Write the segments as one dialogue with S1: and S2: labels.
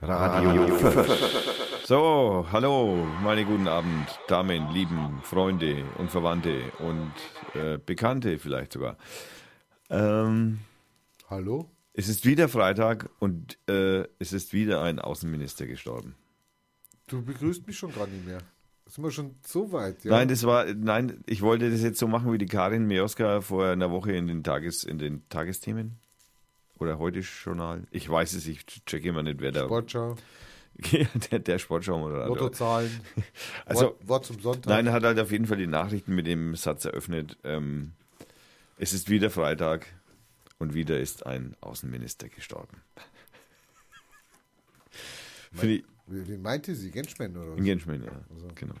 S1: Radio 5. So, hallo, meine guten Abend, Damen, Lieben, Freunde und Verwandte und äh, Bekannte vielleicht sogar. Ähm,
S2: Hallo?
S1: es ist wieder Freitag und äh, es ist wieder ein Außenminister gestorben.
S2: Du begrüßt mich schon gar nicht mehr. Sind wir schon so weit? Ja?
S1: Nein, das war, nein, ich wollte das jetzt so machen wie die Karin Mioska vor einer Woche in den, Tages, in den Tagesthemen. Oder heute Journal. Ich weiß es, ich checke immer nicht, wer da.
S2: Sportschau,
S1: der, der Sportschau-Moderator.
S2: Lottozahlen,
S1: Also,
S2: Wort, Wort zum Sonntag.
S1: Nein, er hat halt auf jeden Fall die Nachrichten mit dem Satz eröffnet. Ähm, es ist wieder Freitag und wieder ist ein Außenminister gestorben. Für die
S2: Wie, wie meinte sie? Genschmann oder was? Also.
S1: Genschmann, ja. Genau.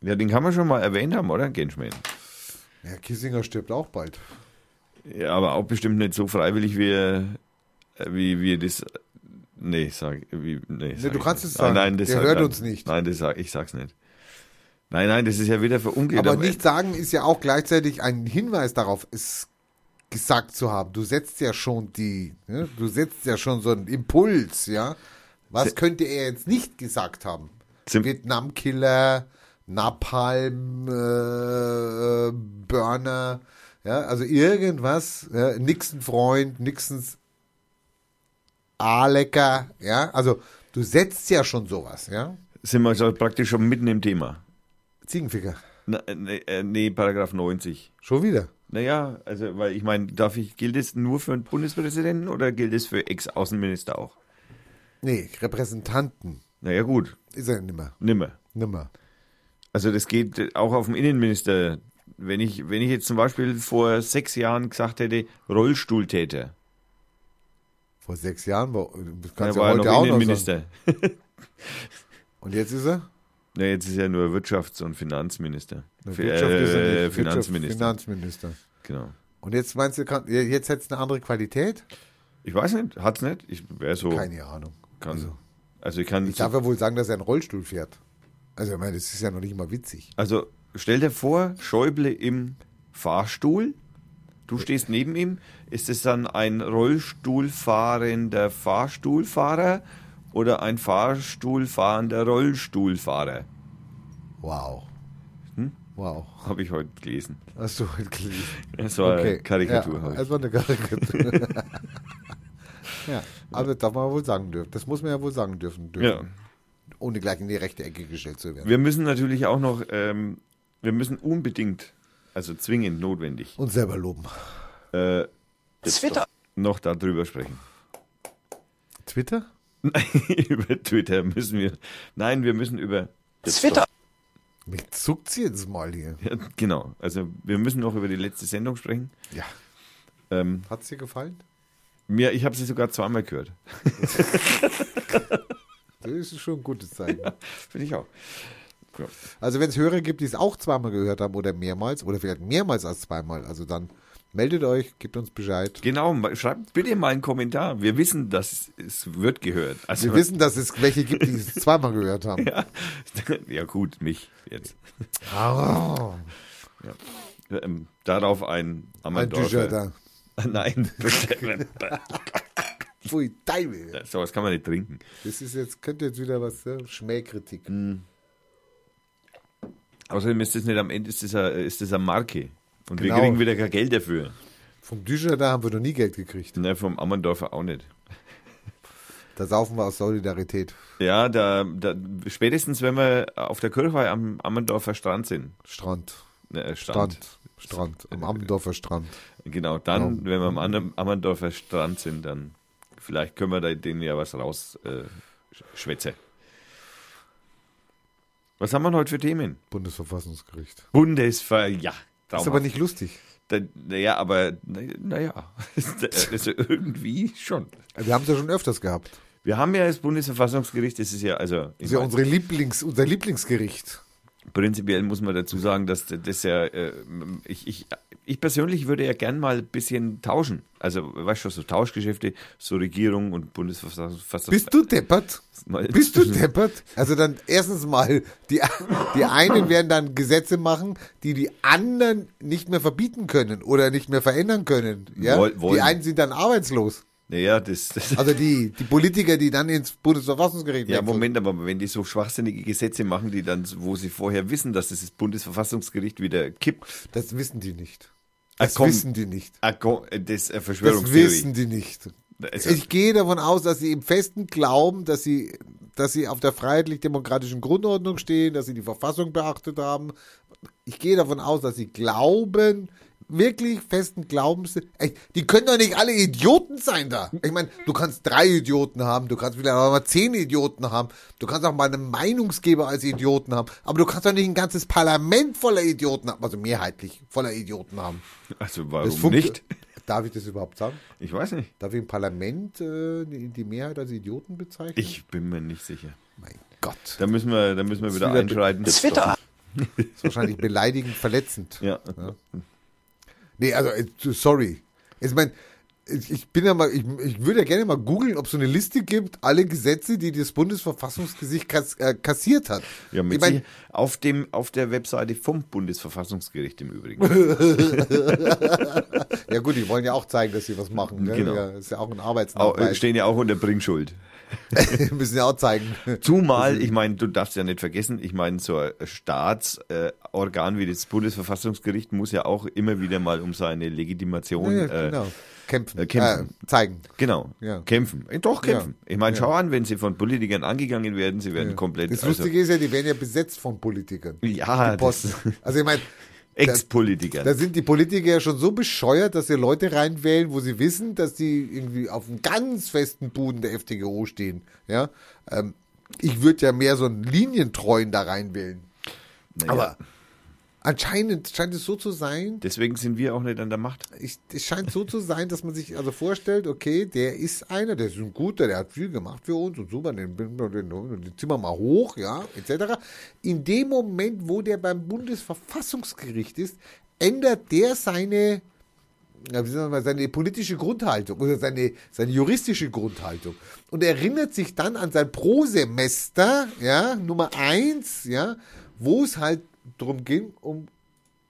S1: Ja, den kann man schon mal erwähnt haben, oder? Genschmann.
S2: Ja, Kissinger stirbt auch bald.
S1: Ja, aber auch bestimmt nicht so freiwillig, wie, er- wie wir das. Nee, sag. Wie, nee, sag
S2: du
S1: ich
S2: kannst
S1: nicht.
S2: es sagen.
S1: nein, das
S2: Der
S1: sag-
S2: hört
S1: nein,
S2: uns nicht.
S1: Nein, das sag, ich sag's nicht. Nein, nein, das ist ja wieder verungeht.
S2: Aber nicht sagen ist ja auch gleichzeitig ein Hinweis darauf, es gesagt zu haben. Du setzt ja schon die, ne? du setzt ja schon so einen Impuls, ja. Was könnte er jetzt nicht gesagt haben?
S1: Sim-
S2: Vietnamkiller, Napalm, äh, äh, Burner, ja, also irgendwas, ja? Nixon Freund, Nixons A-Lecker, ja, also du setzt ja schon sowas, ja.
S1: sind wir so praktisch schon mitten im Thema.
S2: Ziegenficker,
S1: Na, äh, nee, äh, nee, Paragraph 90.
S2: schon wieder.
S1: Naja, also, weil ich meine, darf ich, gilt es nur für einen Bundespräsidenten oder gilt es für Ex-Außenminister auch?
S2: Nee, Repräsentanten
S1: Naja, gut,
S2: ist er nimmer.
S1: nimmer.
S2: Nimmer.
S1: Also, das geht äh, auch auf den Innenminister. Wenn ich, wenn ich jetzt zum Beispiel vor sechs Jahren gesagt hätte, Rollstuhltäter,
S2: Vor sechs Jahren war, das
S1: dann
S2: kannst
S1: war
S2: ja
S1: er
S2: heute
S1: noch
S2: auch noch sagen.
S1: Innenminister.
S2: Und jetzt ist er?
S1: Na, jetzt ist er nur Wirtschafts- und Finanzminister. Fi-
S2: Wirtschaft
S1: äh,
S2: ist er nicht. Wirtschaft-
S1: Finanzminister,
S2: Finanzminister.
S1: genau.
S2: Und jetzt meinst du, kann, jetzt hättest du eine andere Qualität?
S1: Ich weiß nicht, hat's nicht? Ich wäre so.
S2: Keine Ahnung.
S1: kann, also. ich kann.
S2: Ich darf ja wohl sagen, dass er einen Rollstuhl fährt. Also, ich meine, das ist ja noch nicht mal witzig.
S1: Also stell dir vor, Schäuble im Fahrstuhl. Du stehst neben ihm. Ist es dann ein Rollstuhlfahrender Fahrstuhlfahrer oder ein Fahrstuhlfahrender Rollstuhlfahrer?
S2: Wow.
S1: Hm?
S2: Wow.
S1: Habe ich heute gelesen.
S2: Hast du heute gelesen?
S1: Das war
S2: Okay.
S1: eine Äh, Karikatur.
S2: Ja, also
S1: hab
S2: das war eine Karikatur. ja, aber das darf man wohl sagen dürfen. Das muss man ja wohl sagen dürfen.
S1: ich. ja.
S2: dürfen. Ohne gleich in die rechte Ecke gestellt zu werden.
S1: Wir müssen natürlich auch noch, ähm, wir müssen unbedingt, also zwingend notwendig,
S2: Und selber loben.
S1: äh, noch darüber sprechen.
S2: Twitter?
S1: über Twitter müssen wir, nein, wir müssen über
S2: Mich zuckt sie jetzt mal hier.
S1: Ja, genau. Also wir müssen noch über die letzte Sendung sprechen.
S2: Ja.
S1: Ähm,
S2: Hat's dir gefallen?
S1: mir, ich habe sie sogar zweimal gehört.
S2: Das ist schon ein gutes Zeichen.
S1: Finde ich auch. Ja.
S2: Also wenn es Hörer gibt, die es auch zweimal gehört haben oder mehrmals oder vielleicht mehrmals als zweimal, also dann meldet euch, gebt uns Bescheid.
S1: Genau, ma- schreibt bitte mal einen Kommentar. Wir wissen, dass es wird gehört. Also
S2: Wir wissen, dass es welche gibt, die es zweimal gehört haben.
S1: ja, ja gut, mich jetzt.
S2: Ah,
S1: Ähm, darauf ein
S2: ein T-Shirt
S1: Amandorfer.
S2: da.
S1: Nein.
S2: Pfui, Teufel.
S1: Sowas kann man nicht trinken.
S2: Das ist jetzt, könnte jetzt wieder was, ja? Schmähkritik.
S1: Mhm. Außerdem ist das nicht am Ende, ist das eine, ist das eine Marke. Und wir
S2: Genau.
S1: kriegen wieder kein Geld dafür.
S2: Vom T-Shirt da haben wir noch nie Geld gekriegt.
S1: Ne, vom Ammerndorfer auch nicht.
S2: Da saufen wir aus Solidarität.
S1: Ja, da, da spätestens wenn wir auf der Kirchweih am Ammerndorfer Strand sind,
S2: Strand.
S1: ne, äh, Strand, äh,
S2: Strand. Strand. Am Ammendorfer Strand.
S1: genau, dann, wenn wir am Ander- Ammerndorfer Strand sind, dann vielleicht können wir da denen ja was raus äh, sch- schwätze. Was haben wir denn heute für Themen?
S2: Bundesverfassungsgericht.
S1: Bundesver, ja,
S2: Ist aber nicht lustig.
S1: Naja, aber naja, also irgendwie schon.
S2: Wir haben es ja schon öfters gehabt.
S1: Wir haben ja das Bundesverfassungsgericht, das ist ja also ich
S2: Das ist ja
S1: mein-
S2: unsere Lieblings, unser Lieblingsgericht.
S1: Prinzipiell muss man dazu sagen, dass das ja, äh, ich, ich, ich persönlich würde ja gern mal ein bisschen tauschen. Also, weißt du, so Tauschgeschäfte, so Regierung und Bundesverfassung.
S2: Bist du deppert?
S1: Mal-
S2: Bist du deppert? Also dann erstens mal, die, die einen werden dann Gesetze machen, die die anderen nicht mehr verbieten können oder nicht mehr verändern können. Ja?
S1: Woll- wollen.
S2: Die einen sind dann arbeitslos.
S1: Naja, das, das
S2: Also die, die Politiker, die dann ins Bundesverfassungsgericht
S1: Ja,
S2: wechseln.
S1: Moment, aber wenn die so schwachsinnige Gesetze machen, die dann, wo sie vorher wissen, dass es das Bundesverfassungsgericht wieder kippt,
S2: Das wissen die nicht.
S1: Ah,
S2: Das
S1: komm.
S2: wissen die nicht.
S1: ah, go- äh, das ist eine
S2: Das
S1: Verschwörungstheorie.
S2: wissen die nicht.
S1: Also,
S2: Ich gehe davon aus, dass sie im festen Glauben, dass sie, dass sie auf der freiheitlich-demokratischen Grundordnung stehen, dass sie die Verfassung beachtet haben. Ich gehe davon aus, dass sie glauben, wirklich festen Glaubens sind. Ey, die können doch nicht alle Idioten sein da. Ich meine, du kannst drei Idioten haben, du kannst vielleicht auch mal zehn Idioten haben, du kannst auch mal einen Meinungsgeber als Idioten haben, aber du kannst doch nicht ein ganzes Parlament voller Idioten haben, also mehrheitlich voller Idioten haben.
S1: also warum
S2: funkt-
S1: nicht?
S2: Darf ich das überhaupt sagen?
S1: Ich weiß nicht.
S2: Darf ich im Parlament äh, die die Mehrheit als Idioten bezeichnen?
S1: Ich bin mir nicht sicher.
S2: Mein Gott.
S1: Da müssen wir, da müssen wir wieder
S2: wieder-
S1: einschreiten.
S3: Twitter.
S2: Das ist wahrscheinlich beleidigend, verletzend.
S1: Ja.
S2: Nee, also, äh, sorry. Ich meine, ich ich bin ja mal, ich, ich würde ja gerne mal googeln, ob es so eine Liste gibt, alle Gesetze, die das Bundesverfassungsgericht kass, äh, kassiert hat.
S1: Ja, mit
S2: ich mein,
S1: Sicher- auf, dem, auf der Webseite vom Bundesverfassungsgericht im Übrigen.
S2: ja gut, die wollen ja auch zeigen, dass sie was machen. Ne?
S1: Genau.
S2: Ja, ist ja auch ein
S1: Au, äh,
S2: Arbeitsnachweis.
S1: stehen ja auch unter Bringschuld.
S2: müssen ja auch zeigen.
S1: Zumal, ich meine, du darfst ja nicht vergessen, ich meine, so ein Staatsorgan äh, Organ wie das Bundesverfassungsgericht muss ja auch immer wieder mal um seine Legitimation
S2: ja,
S1: äh,
S2: genau. Kämpfen.
S1: äh, kämpfen.
S2: Äh, zeigen.
S1: Genau.
S2: Ja.
S1: Kämpfen. Äh, Doch kämpfen.
S2: Ja.
S1: Ich meine, schau an, wenn sie von Politikern angegangen werden, sie werden komplett.
S2: Das Lustige ist ja, die werden ja besetzt von Politikern.
S1: also, ja,
S2: Posten.
S1: das-
S2: Also ich meine, Da
S1: Ex-Politiker.
S2: sind die Politiker ja schon so bescheuert, dass sie Leute reinwählen, wo sie wissen, dass die irgendwie auf einem ganz festen Boden der FDGO stehen. Ja, ähm, ich würde ja mehr so einen Linientreuen da reinwählen.
S1: Naja.
S2: Aber anscheinend scheint es so zu sein,
S1: Deswegen sind wir auch nicht an der Macht.
S2: ich, es scheint so zu sein, dass man sich also vorstellt, okay, der ist einer, der ist ein guter, der hat viel gemacht für uns und super, den, den, den, den ziehen wir mal hoch, ja, etc. In dem Moment, wo der beim Bundesverfassungsgericht ist, ändert der seine, ja, wie sagen wir, seine politische Grundhaltung oder seine, seine juristische Grundhaltung und erinnert sich dann an sein Prosemester, ja, Nummer eins, ja, wo es halt drum ging, um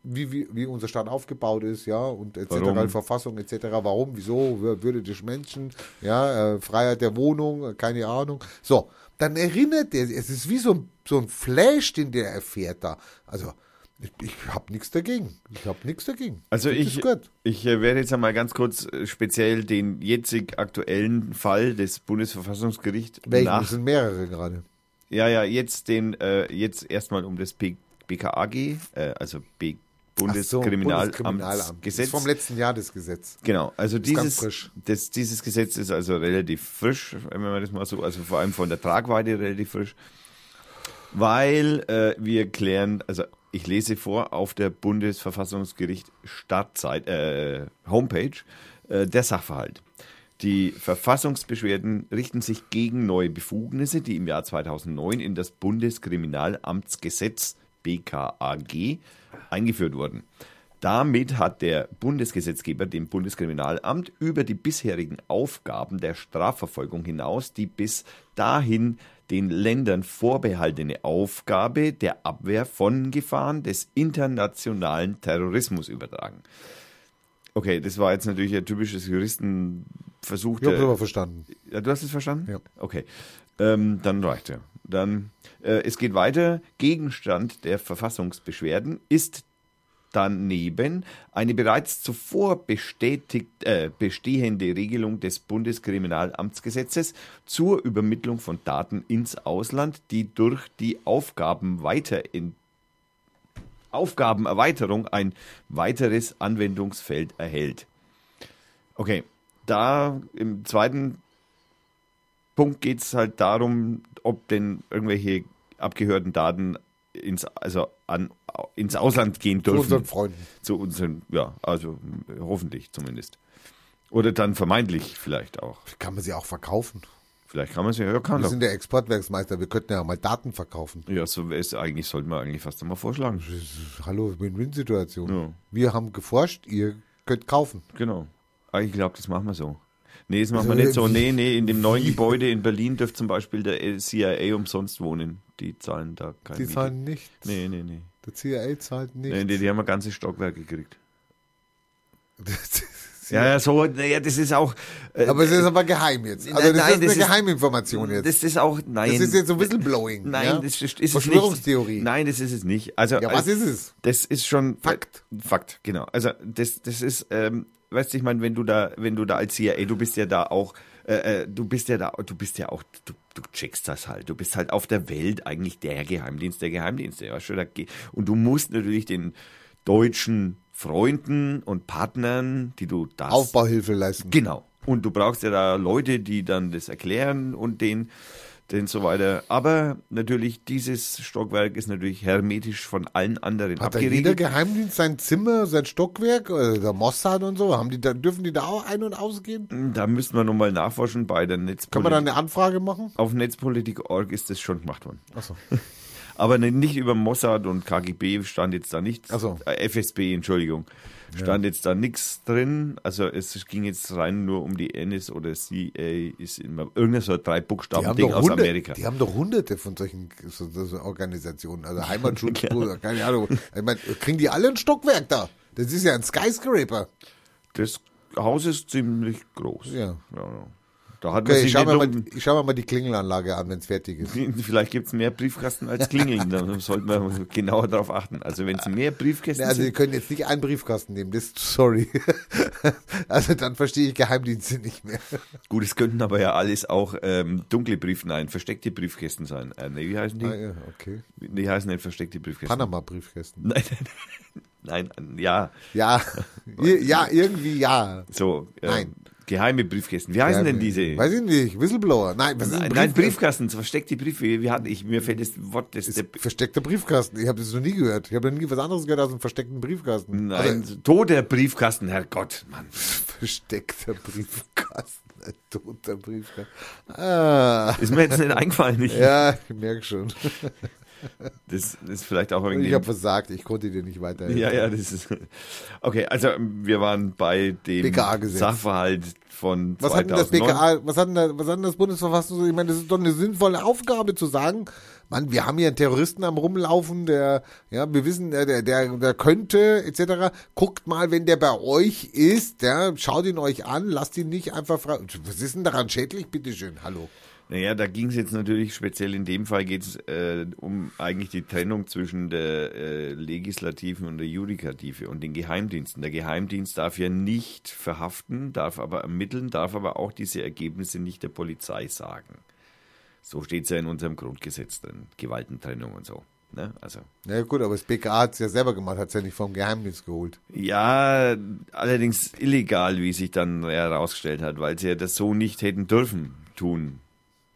S2: wie, wie, wie unser Staat aufgebaut ist, ja, und etc.,
S1: Warum?
S2: Verfassung etc., warum, wieso, Wür- Würde des Menschen, ja, äh, Freiheit der Wohnung, äh, keine Ahnung. So, dann erinnert er sich, es ist wie so ein, so ein Flash, den der erfährt da. Also, ich, ich habe nichts dagegen. Ich habe nichts dagegen.
S1: Also
S2: Das
S1: ich,
S2: ist gut.
S1: ich äh, werde jetzt einmal ganz kurz äh, speziell den jetzig aktuellen Fall des Bundesverfassungsgerichts
S2: Welchen?
S1: nach
S2: Das sind mehrere gerade.
S1: Ja, ja, jetzt den, äh, jetzt erstmal um das B BKAG, äh, also B
S2: Bundeskriminalamtsgesetz. Das
S1: Bundeskriminalamtsgesetz.
S2: ist vom letzten Jahr das Gesetz.
S1: genau, also
S2: ganz
S1: dieses,
S2: frisch.
S1: das, dieses Gesetz ist also relativ frisch, wenn man das mal so, also vor allem von der Tragweite relativ frisch, weil äh, wir klären, also ich lese vor auf der Bundesverfassungsgericht Startzeit, äh, Homepage, äh, der Sachverhalt. Die Verfassungsbeschwerden richten sich gegen neue Befugnisse, die im Jahr 2009 in das Bundeskriminalamtsgesetz BKAG eingeführt wurden. Damit hat der Bundesgesetzgeber dem Bundeskriminalamt über die bisherigen Aufgaben der Strafverfolgung hinaus die bis dahin den Ländern vorbehaltene Aufgabe der Abwehr von Gefahren des internationalen Terrorismus übertragen. Okay, das war jetzt natürlich ein typisches Juristenversuch.
S2: Ich habe
S1: der-
S2: aber verstanden.
S1: ja, du hast es verstanden?
S2: Ja.
S1: Okay. Ähm, dann reicht ja. Dann, äh, es geht weiter. Gegenstand der Verfassungsbeschwerden ist daneben eine bereits zuvor bestätigt, äh, bestehende Regelung des Bundeskriminalamtsgesetzes zur Übermittlung von Daten ins Ausland, die durch die Aufgaben weiter in Aufgabenerweiterung ein weiteres Anwendungsfeld erhält. Okay, da im zweiten Punkt geht es halt darum, ob denn irgendwelche abgehörten Daten ins, also an, ins Ausland gehen
S2: Zu
S1: dürfen.
S2: unseren Freunden.
S1: Zu unseren, ja, also äh, hoffentlich zumindest. Oder dann vermeintlich vielleicht auch.
S2: Kann man sie auch verkaufen?
S1: Vielleicht kann man es ja, ja kann
S2: Wir
S1: doch.
S2: sind der Exportwerksmeister. Wir könnten ja auch mal Daten verkaufen.
S1: Ja, so ist eigentlich, sollten wir eigentlich fast einmal vorschlagen.
S2: Hallo, Win-Win-Situation.
S1: Ja.
S2: Wir haben geforscht, ihr könnt kaufen.
S1: Genau. Ah, ich glaube, das machen wir so. Nee, das machen wir nicht so.
S2: Also, Wie-
S1: Nee, nee, in dem neuen Gebäude in Berlin dürfte zum Beispiel der CIA umsonst wohnen. Die zahlen da keine
S2: Die
S1: Miete.
S2: zahlen nicht.
S1: Nee, nee, nee.
S2: Der CIA zahlt
S1: nee
S2: nicht.
S1: die, die haben ein ganzes Stockwerk gekriegt. Ja, ja, so, naja, das ist auch. äh,
S2: Aber es ist aber geheim jetzt. Also
S1: Nein,
S2: das
S1: nein,
S2: ist eine
S1: das ist-
S2: Geheiminformation jetzt.
S1: Das ist auch, nein.
S2: Das ist jetzt so Whistleblowing.
S1: Nein,
S2: ja?
S1: das ist, ist Es
S2: Verschwörungstheorie.
S1: nicht. Nein, das ist es nicht. Also,
S2: Ja, was ist es?
S1: Das ist schon
S2: Fakt.
S1: Äh, Fakt, genau. Also das, das ist, ähm, weißt du, ich meine, wenn du da, wenn du da als CIA, du bist ja da auch, äh, äh, du bist ja da, du bist ja auch, du, du checkst das halt. Du bist halt auf der Welt eigentlich der Geheimdienst der Geheimdienste. Weißt du, da, ge- und du musst natürlich den deutschen Freunden und Partnern, die du das
S2: Aufbauhilfe leisten.
S1: Genau. Und du brauchst ja da Leute, die dann das erklären und den, den so weiter. Aber natürlich, dieses Stockwerk ist natürlich hermetisch von allen anderen
S2: Hat da jeder
S1: abgeriegelt.
S2: Geheimdienst sein Zimmer, sein Stockwerk, äh, der Mossad und so? Haben die da, dürfen die da auch ein- und ausgehen? Kann
S1: Da müssen wir nochmal nachforschen bei der
S2: man da ne-
S1: Netzpolitik.
S2: eine Anfrage machen?
S1: Auf Netzpolitik.org ist das schon gemacht worden.
S2: Achso.
S1: Aber ne- nicht über Mossad und KGB stand jetzt da nichts.
S2: Ach so.
S1: Äh, FSB, Entschuldigung. Stand jetzt da nichts drin. Also es ging jetzt rein nur um die NS oder CIA ist immer irgendein so ein drei
S2: Die
S1: Buchstaben
S2: haben,
S1: Ding
S2: doch
S1: aus
S2: hundert-
S1: Amerika.
S2: die haben doch hunderte von solchen so, so, so Organisationen, also Heimatschutz, oder keine Ahnung. Ich meine, kriegen die alle ein Stockwerk da? Das ist ja ein Skyscraper.
S1: Das Haus ist ziemlich groß.
S2: Ja.
S1: ja. Da hat
S2: Okay,
S1: man
S2: ich
S1: sich
S2: schau, mir
S1: nicht
S2: mal, ich schau mir mal die Klingelanlage an, wenn es fertig ist.
S1: um, Vielleicht gibt es mehr Briefkasten als Klingeln. da sollte man genauer drauf achten. Also wenn es mehr Briefkästen
S2: Also wir
S1: sind.
S2: können jetzt nicht einen Briefkasten nehmen, das sorry. Also dann verstehe ich Geheimdienste nicht mehr.
S1: Gut, es könnten aber ja alles auch ähm, dunkle Briefe, nein, versteckte Briefkästen sein. Äh, nee, wie heißen
S2: Ah,
S1: die?
S2: ja, okay.
S1: Die heißen nicht versteckte Briefkästen.
S2: Panama-Briefkästen.
S1: Nein, nein, nein, ja.
S2: Ja. Ir- ja, irgendwie ja.
S1: So, ähm,
S2: Nein.
S1: geheime Briefkästen. Wie heißen denn diese?
S2: Weiß ich nicht, Whistleblower. Nein, was ist ein
S1: Nein,
S2: Brief?
S1: nein, Briefkasten, versteckte Briefe. Wir hatten, ich, mir fällt das Wort, das der,
S2: Versteckter Briefkasten. Ich habe das noch nie gehört. Ich habe noch nie was anderes gehört als einen versteckten Briefkasten.
S1: nein, toter Briefkasten, Herrgott, Mann.
S2: Also, versteckter Briefkasten. Ein toter Briefkasten. Ah.
S1: Ist mir jetzt nicht eingefallen. Ich,
S2: Ja, ich merke schon.
S1: Das ist vielleicht auch irgendwie.
S2: Ich habe versagt. Ich konnte dir nicht weiterhelfen.
S1: ja, ja, das ist. Okay, also wir waren bei dem
S2: BKA-Gesetz.
S1: Sachverhalt von
S2: Was hat denn das
S1: 2009.
S2: BKA, was hat denn, da- was hat denn das Bundesverfassungsgericht? Ich meine, das ist doch eine sinnvolle Aufgabe zu sagen, Mann, wir haben hier einen Terroristen am Rumlaufen, der, ja, wir wissen, der, der, der, der könnte, etc. Guckt mal, wenn der bei euch ist, ja, schaut ihn euch an, lasst ihn nicht einfach fragen. Was ist denn daran schädlich? Bitteschön, hallo.
S1: Naja, da ging es jetzt natürlich speziell in dem Fall geht es äh, um eigentlich die Trennung zwischen der äh, Legislative und der Judikative und den Geheimdiensten. Der Geheimdienst darf ja nicht verhaften, darf aber ermitteln, darf aber auch diese Ergebnisse nicht der Polizei sagen. So steht es ja in unserem Grundgesetz drin, Gewaltentrennung und so. Ne? Also
S2: Na ja, gut, aber das BKA hat es ja selber gemacht, hat es ja nicht vom Geheimdienst geholt.
S1: Ja, allerdings illegal, wie sich dann herausgestellt hat, weil sie ja das so nicht hätten dürfen tun.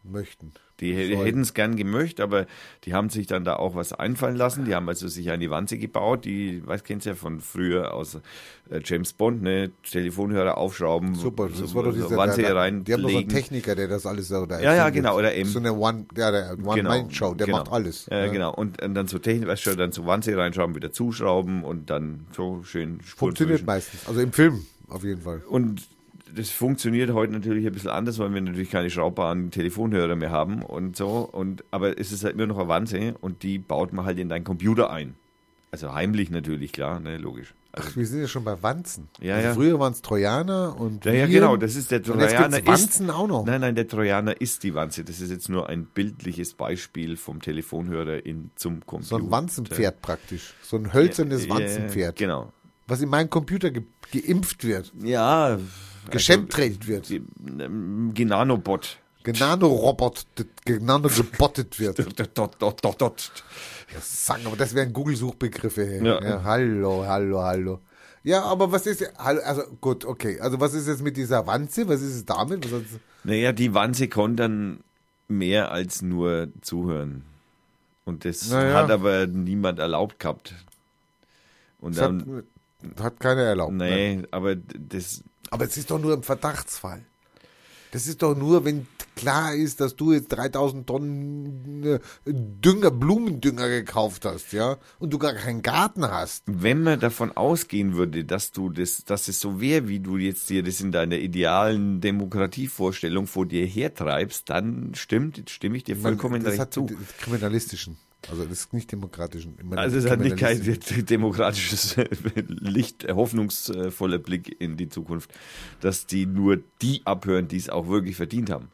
S2: Möchten.
S1: Die
S2: Soll.
S1: hätten es gern gemöcht, aber die haben sich dann da auch was einfallen lassen. Die haben also sich eine Wanze gebaut, die, weiß kennst ja von früher aus äh, James Bond, ne? Telefonhörer aufschrauben,
S2: Super, das
S1: so,
S2: war doch
S1: so
S2: dieser
S1: Wanze
S2: der, der,
S1: reinlegen.
S2: Die haben doch so einen Techniker, der das alles oder
S1: Ja, ja, genau, oder eben.
S2: So eine One, ja, der One-Man-Show, der
S1: genau.
S2: macht alles. ne?
S1: Ja,
S2: Ja.
S1: genau. Und, und dann so Technik, weißt du, dann so Wanze reinschrauben, wieder zuschrauben und dann so schön Spuren
S2: Funktioniert
S1: zwischen-
S2: meistens. Also im Film auf jeden Fall.
S1: Und das funktioniert heute natürlich ein bisschen anders, weil wir natürlich keine schraubbaren Telefonhörer mehr haben und so. Und, aber es ist halt immer noch eine Wanze und die baut man halt in deinen Computer ein. Also heimlich natürlich, klar, ne, logisch. Also,
S2: Ach, wir sind ja schon bei Wanzen.
S1: Ja,
S2: also
S1: ja.
S2: Früher waren es Trojaner und.
S1: ja, ja,
S2: Viren.
S1: genau, das ist der
S2: Und jetzt
S1: Trojaner
S2: gibt's
S1: ist.
S2: Wanzen auch noch.
S1: Nein, nein, der Trojaner ist die Wanze. Das ist jetzt nur ein bildliches Beispiel vom Telefonhörer in, zum Computer.
S2: So ein Wanzenpferd praktisch. So ein hölzernes Wanzenpferd.
S1: Ja, genau.
S2: Was in meinen Computer ge geimpft wird,
S1: Also Ja.
S2: geschemtrailed wird,
S1: Also, ähm, Genanobot.
S2: genanorobot, genanogebottet wird.
S1: Dot, dot, dot, dot, dot.
S2: Sagen, aber das wären Google-Suchbegriffe. hey.
S1: Ja.
S2: Ja, hallo, hallo, hallo. Ja, aber was ist, hallo, also gut, okay. Also was ist jetzt mit dieser Wanze? Was ist es damit? Was hat's-
S1: Naja, die Wanze konnte dann mehr als nur zuhören. Und das
S2: Naja.
S1: hat aber niemand erlaubt gehabt. Und
S2: Das
S1: dann,
S2: hat, hat keiner erlaubt. ne?
S1: nee, aber das,
S2: Aber es ist doch nur im Verdachtsfall. Das ist doch nur, wenn klar ist, dass du jetzt 3000 Tonnen äh, Dünger, Blumendünger gekauft hast, ja, und du gar keinen Garten hast.
S1: wenn man davon ausgehen würde, dass du das, dass es so wäre, wie du jetzt dir das in deiner idealen Demokratievorstellung vor dir hertreibst, dann stimmt, stimme ich dir vollkommen
S2: das
S1: recht
S2: hat
S1: zu.
S2: mit Kriminalistischen Also das ist nicht demokratisch.
S1: Also es hat nicht kein demokratisches, Licht, äh, hoffnungsvoller Blick in die Zukunft, dass die nur die abhören, die es auch wirklich verdient haben.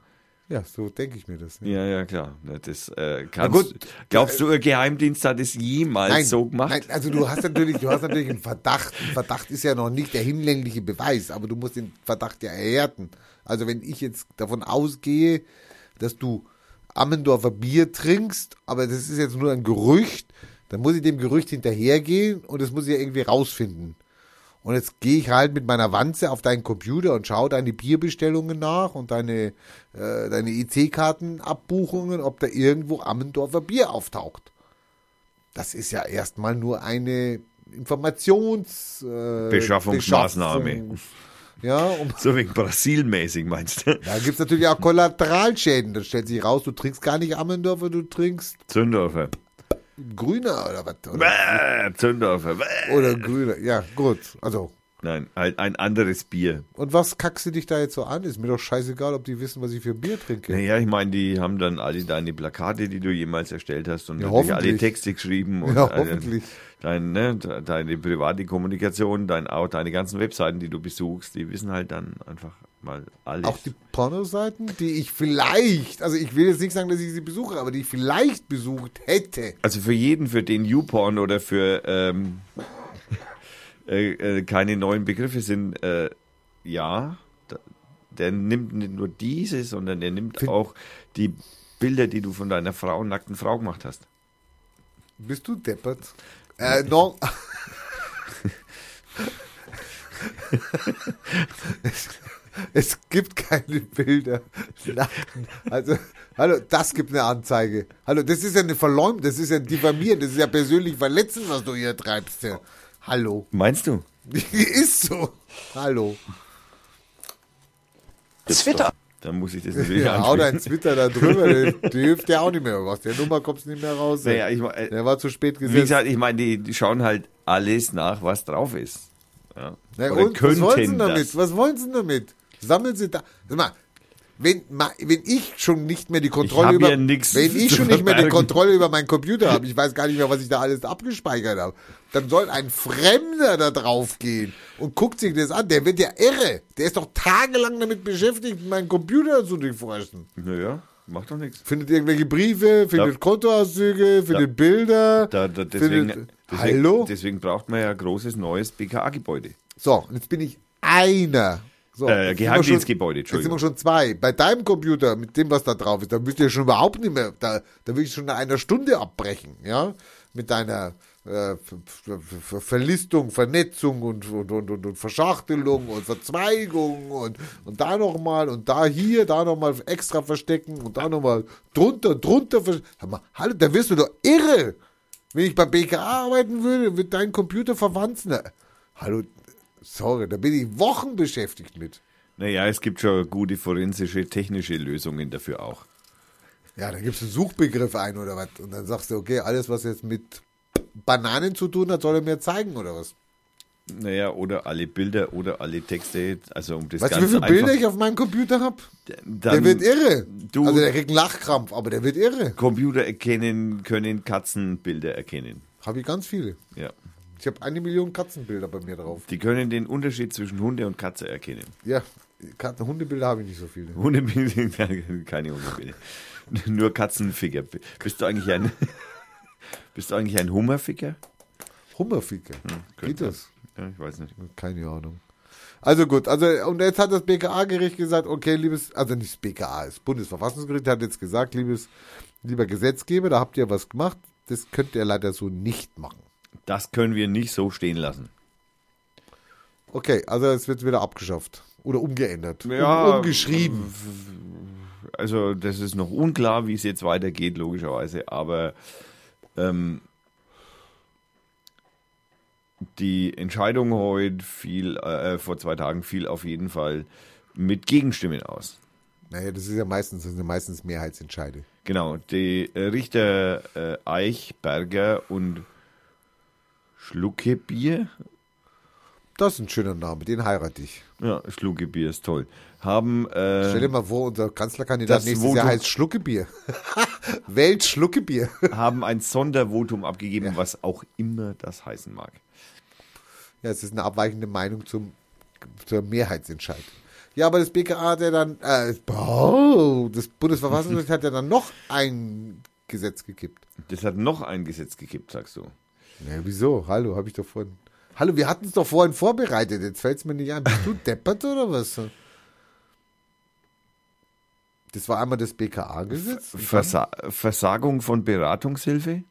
S2: Ja, so denke ich mir das.
S1: Ja, ja, klar. Das äh, kannst, gut, Äh, glaubst du, der Geheimdienst hat es jemals
S2: Nein,
S1: so gemacht?
S2: nein, also du hast natürlich, du hast natürlich einen Verdacht. Ein Verdacht ist ja noch nicht der hinlängliche Beweis, aber du musst den Verdacht ja erhärten. Also wenn ich jetzt davon ausgehe, dass du Ammendorfer Bier trinkst, aber das ist jetzt nur ein Gerücht, dann muss ich dem Gerücht hinterhergehen und das muss ich ja irgendwie rausfinden. Und jetzt gehe ich halt mit meiner Wanze auf deinen Computer und schaue deine Bierbestellungen nach und deine, äh, deine EC-Kartenabbuchungen, ob da irgendwo Ammendorfer Bier auftaucht. Das ist ja erstmal nur eine Informations... Äh,
S1: Beschaffungsmaßnahme.
S2: Beschaffung. Ja, um,
S1: So wegen Brasilmäßig meinst du?
S2: da gibt es natürlich auch Kollateralschäden. Dann stellt sich raus, du trinkst gar nicht Ammendorfer, du trinkst
S1: Zündorfer.
S2: Grüner oder was? Oder,
S1: Bäh, Zündorfer. Bäh.
S2: oder Grüner, ja gut. Also,
S1: Nein, halt ein anderes Bier.
S2: und was kackst du dich da jetzt so an? Ist mir doch scheißegal, ob die wissen, was ich für Bier trinke.
S1: Naja, ich meine, die haben dann alle deine Plakate, die du jemals erstellt hast und
S2: Ja,
S1: natürlich
S2: hoffentlich.
S1: alle Texte geschrieben und
S2: Ja,
S1: deine-
S2: hoffentlich.
S1: Dein, ne, de- deine private Kommunikation, dein, auch deine ganzen Webseiten, die du besuchst, die wissen halt dann einfach mal alles.
S2: Auch die Pornoseiten, die ich vielleicht, also ich will jetzt nicht sagen, dass ich sie besuche, aber die ich vielleicht besucht hätte.
S1: also für jeden, für den YouPorn oder für ähm, äh, äh, keine neuen Begriffe sind, äh, ja, da- der nimmt nicht nur diese, sondern der nimmt
S2: Find-
S1: auch die Bilder, die du von deiner Frau, nackten Frau gemacht hast.
S2: Bist du deppert? Äh, no. es, es gibt keine Bilder. Nein. Also, hallo, das gibt eine Anzeige. Hallo, das ist ja eine Verleumdung, das ist ja ein Diffamieren, das ist ja persönlich verletzen, was du hier treibst. Ja. Hallo.
S1: Meinst du?
S2: ist so. Hallo.
S3: Twitter.
S1: Dann muss ich das natürlich
S2: Ja, hau
S1: ansprechen.
S2: dein Twitter da drüber, der hilft ja auch nicht mehr. Aus der Nummer kommst du nicht mehr raus. ey.
S1: Naja, ich mein, äh,
S2: der war zu spät
S1: Wie
S2: gesetzt.
S1: gesagt, ich meine, die, die schauen halt alles nach, was drauf ist. Ja.
S2: Na,
S1: Oder
S2: und, was wollen sie
S1: könnten das.
S2: damit? Was wollen sie damit? Sammeln sie da. Sag mal, wenn, ma- wenn ich schon nicht mehr die Kontrolle
S1: hab
S2: über
S1: ja nix
S2: wenn ich
S1: zu
S2: schon nicht mehr die
S1: verbergen.
S2: Kontrolle über meinen Computer habe, ich weiß gar nicht mehr, was ich da alles abgespeichert habe, dann soll ein Fremder da drauf gehen und guckt sich das an. Der wird ja irre. Der ist doch tagelang damit beschäftigt, meinen Computer zu durchforschen.
S1: Naja, macht doch nichts.
S2: Findet irgendwelche Briefe, findet
S1: Da-
S2: Kontoauszüge, findet Bilder.
S1: Da, da, deswegen,
S2: findet,
S1: deswegen,
S2: hallo?
S1: deswegen braucht man ja ein großes neues BKA-Gebäude.
S2: so, und jetzt bin ich einer. So,
S1: Äh,
S2: jetzt sind wir
S1: Geheimdienstgebäude,
S2: schon- Jetzt sind wir
S1: Entschuldigung.
S2: schon zwei. Bei deinem Computer, mit dem, was da drauf ist, da müsst ihr schon überhaupt nicht mehr, da, da will ich schon nach einer Stunde abbrechen, ja? Mit deiner äh, Ver- Ver- Ver- Verlistung, Vernetzung und, und, und, und, und Verschachtelung und Verzweigung und, und da nochmal und da hier, da nochmal extra verstecken und da nochmal drunter, drunter verstecken. Sag mal, hallo, da wirst du doch irre. Wenn ich bei BKA arbeiten würde, wird dein Computer verwandt. Na, Hallo, sorry, da bin ich Wochen beschäftigt mit.
S1: Naja, es gibt schon gute forensische, technische Lösungen dafür auch.
S2: Ja, dann gibst du einen Suchbegriff ein oder was. Und dann sagst du, okay, alles, was jetzt mit Bananen zu tun hat, soll er mir zeigen oder was.
S1: Naja, oder alle Bilder oder alle Texte, also um das
S2: Weißt du, wie
S1: Ganze
S2: viele Bilder
S1: einfach,
S2: ich auf meinem Computer habe?
S1: dann
S2: Der wird irre.
S1: Du-
S2: also der kriegt einen Lachkrampf, aber der wird irre.
S1: Computer erkennen können, Katzenbilder erkennen.
S2: Habe ich ganz viele.
S1: Ja.
S2: Ich habe eine Million Katzenbilder bei mir drauf.
S1: Die können den Unterschied zwischen Hunde und Katze erkennen.
S2: Ja, Katzen, Hundebilder habe ich nicht so viele.
S1: Hm, Hundebilder, keine Hundebilder. Nur Katzenficker. Bist du eigentlich ein Bist du eigentlich ein Hummerficker?
S2: Hummerficke. Geht
S1: könnte.
S2: das?
S1: Ja, ich weiß nicht.
S2: Keine Ahnung. Also gut, also und jetzt hat das BKA-Gericht gesagt, okay, liebes, also nicht das BKA, das Bundesverfassungsgericht hat jetzt gesagt, liebes, lieber Gesetzgeber, da habt ihr was gemacht, das könnt ihr leider so nicht machen.
S1: Das können wir nicht so stehen lassen.
S2: Okay, also es wird wieder abgeschafft oder umgeändert,
S1: Ja.
S2: um, umgeschrieben.
S1: Also, das ist noch unklar, wie es jetzt weitergeht, logischerweise, aber ähm, die Entscheidung heute fiel, äh, vor zwei Tagen fiel auf jeden Fall mit Gegenstimmen aus.
S2: Naja, das ist ja meistens, das sind ja meistens Mehrheitsentscheide.
S1: Genau, die äh, Richter äh, Eichberger und Schluckebier
S2: Das ist ein schöner Name, den heirate ich.
S1: Ja, Schluckebier ist toll. Haben, äh,
S2: Stell dir mal vor, unser Kanzlerkandidat
S1: das
S2: nächstes Jahr
S1: Votum-
S2: heißt Schluckebier. Weltschluckebier.
S1: haben ein Sondervotum abgegeben, was auch immer das heißen mag.
S2: Ja, es ist eine abweichende Meinung zum, zur Mehrheitsentscheidung. Ja, aber das BKA hat ja dann, äh, boah, das Bundesverfassungsgericht hat ja dann noch ein Gesetz gekippt.
S1: Das hat noch ein Gesetz gekippt, sagst du.
S2: Ja, wieso? Hallo, habe ich doch vorhin. Hallo, wir hatten es doch vorhin vorbereitet. Jetzt fällt es mir nicht ein. Bist du deppert oder was? Das war einmal das BKA-Gesetz.
S1: Versa Versagung von Beratungshilfe?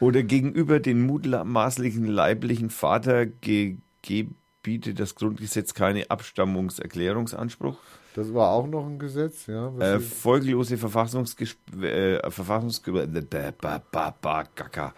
S1: Oder gegenüber den mutmaßlichen leiblichen Vater ge ge bietet das Grundgesetz keine Abstammungserklärungsanspruch?
S2: Das war auch noch ein Gesetz, ja.
S1: Äh,
S2: Was ist-
S1: folglose Verfassungsges äh, Verfassungs ba, ba, ba, gaga.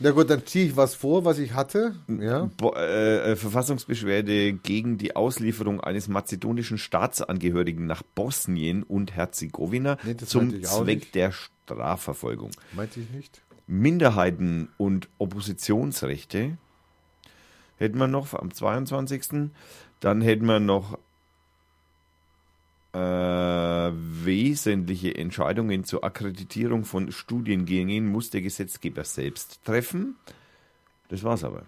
S2: Na gut, dann ziehe ich was vor, was ich hatte. Ja.
S1: Bo äh, äh, Verfassungsbeschwerde gegen die Auslieferung eines mazedonischen Staatsangehörigen nach Bosnien und Herzegowina
S2: Nee, das meinte
S1: zum
S2: ich auch
S1: Zweck
S2: nicht.
S1: der Strafverfolgung.
S2: Meinte ich nicht.
S1: Minderheiten und Oppositionsrechte hätten wir noch am 22. Dann hätten wir noch äh, wesentliche Entscheidungen zur Akkreditierung von Studiengängen muss der Gesetzgeber selbst treffen. Das war's aber.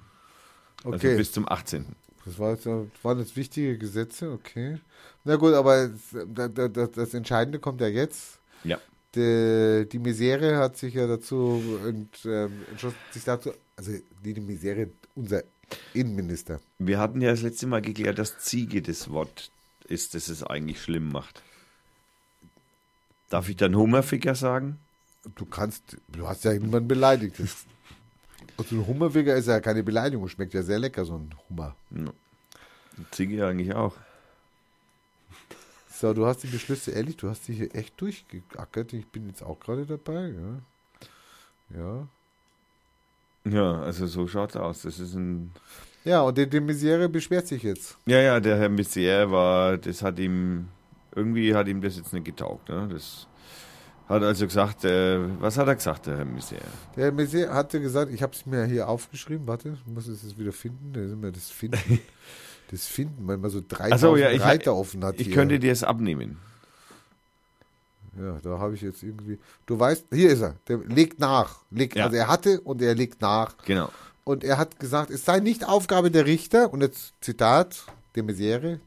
S1: Also
S2: Okay.
S1: bis zum 18.
S2: Das, war jetzt, das waren jetzt wichtige Gesetze, okay. Na gut, aber das, das, das Entscheidende kommt ja jetzt.
S1: Ja.
S2: Die, die Misere hat sich ja dazu ent, ähm, entschlossen, sich dazu, also die, die Misere, unser Innenminister.
S1: Wir hatten ja das letzte Mal geklärt, dass Ziege das Wort ist, das es eigentlich schlimm macht. Darf ich dann Hummerficker sagen?
S2: Du kannst, du hast ja niemanden beleidigt. Das- Und so ein Hummerfinger ist ja keine Beleidigung, schmeckt ja sehr lecker, so ein Hummer.
S1: Ziege eigentlich auch.
S2: So, du hast die Beschlüsse, ehrlich, du hast die hier echt durchgeackert. Ich bin jetzt auch gerade dabei, ja. Ja.
S1: Ja, also so schaut's aus. Das ist ein.
S2: Ja, und der de Misere beschwert sich jetzt.
S1: Ja, ja, der Herr Messier war, das hat ihm, irgendwie hat ihm das jetzt nicht getaugt. Ne? Das hat also gesagt, äh, was hat er gesagt, der Herr Messier?
S2: Der Messier hatte gesagt, ich habe es mir hier aufgeschrieben, warte, ich muss es jetzt wieder finden, da sind wir das Finden. Das Finden, weil man so 3000
S1: so, ja, ich-
S2: Reiter offen hat.
S1: Ich
S2: hier.
S1: könnte dir es abnehmen.
S2: ja, da habe ich jetzt irgendwie. Du weißt, hier ist er, der legt nach. Legt,
S1: Ja.
S2: Also er hatte und er legt nach.
S1: Genau.
S2: Und er hat gesagt, es sei nicht Aufgabe der Richter, und jetzt Zitat, der Misere,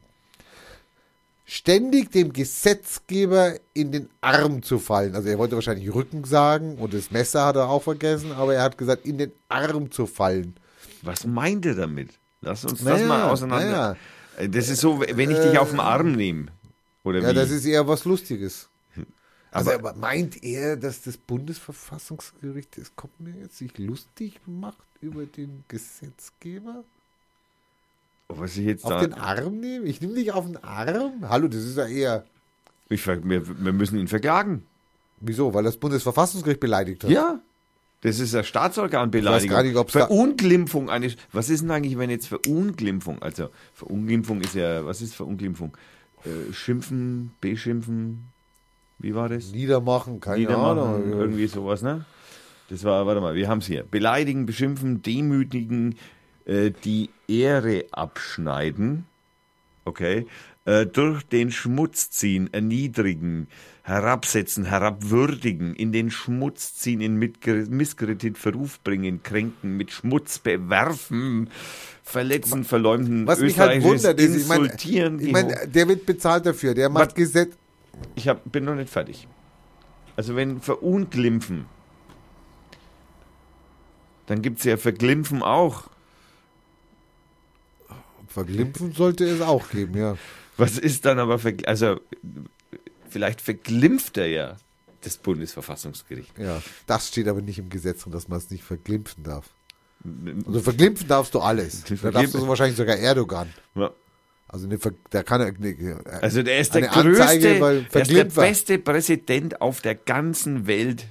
S2: ständig dem Gesetzgeber in den Arm zu fallen. Also er wollte wahrscheinlich Rücken sagen und das Messer hat er auch vergessen, aber er hat gesagt, in den Arm zu fallen.
S1: Was meint er damit? Lass uns das
S2: Naja, Äh,
S1: mal auseinander. Äh, Das ist so, wenn ich dich auf den Arm nehme. Oder
S2: Ja,
S1: wie? Hm.
S2: das ist eher was Lustiges. Also
S1: aber,
S2: aber meint er, dass das Bundesverfassungsgericht, es kommt mir jetzt, sich lustig macht über den Gesetzgeber?
S1: Oh, was ich jetzt
S2: Auf den
S1: da.
S2: Arm nehmen? Ich nehme dich auf den Arm? Hallo, das ist ja eher...
S1: Ich, ver- wir, wir müssen ihn verklagen.
S2: Wieso? Weil das Bundesverfassungsgericht beleidigt hat.
S1: Ja. Das ist ein Staatsorganbeleidigung.
S2: Ich weiß gar nicht, ob's da-
S1: Verunglimpfung eines. Was ist denn eigentlich, wenn jetzt Verunglimpfung? Also Verunglimpfung ist ja. Was ist Verunglimpfung? Äh, schimpfen, beschimpfen. Wie war das?
S2: Niedermachen, keine
S1: Niedermachen,
S2: Ahnung.
S1: irgendwie sowas, ne? Das war, warte mal, wir haben es hier. Beleidigen, beschimpfen, demütigen, äh, die Ehre abschneiden, okay? Äh, durch den Schmutz ziehen, erniedrigen, herabsetzen, herabwürdigen, in den Schmutz ziehen, in Mitger Misskredit, Verruf bringen, kränken, mit Schmutz bewerfen, verletzen, verleumden,
S2: Was mich halt
S1: österreichisches
S2: wundert ist, ich meine,
S1: insultieren.
S2: ich meine, der wird bezahlt dafür, der macht
S1: Was-
S2: Gesetz.
S1: ich hab, bin noch nicht fertig. Also wenn verunglimpfen, dann gibt es ja verglimpfen auch.
S2: Verglimpfen sollte es auch geben, ja.
S1: Was ist dann aber, vergl- also vielleicht verglimpft er ja das Bundesverfassungsgericht.
S2: ja. Das steht aber nicht im Gesetz drin, dass man es nicht verglimpfen darf. Also verglimpfen darfst du alles. Da darfst du so wahrscheinlich sogar Erdogan.
S1: Ja.
S2: Also eine, Ver- der kann er- ne, äh,
S1: Also der ist der
S2: Eine Anzeige,
S1: größte,
S2: weil
S1: der, ist der
S2: verglimpft war.
S1: beste Präsident auf der ganzen Welt.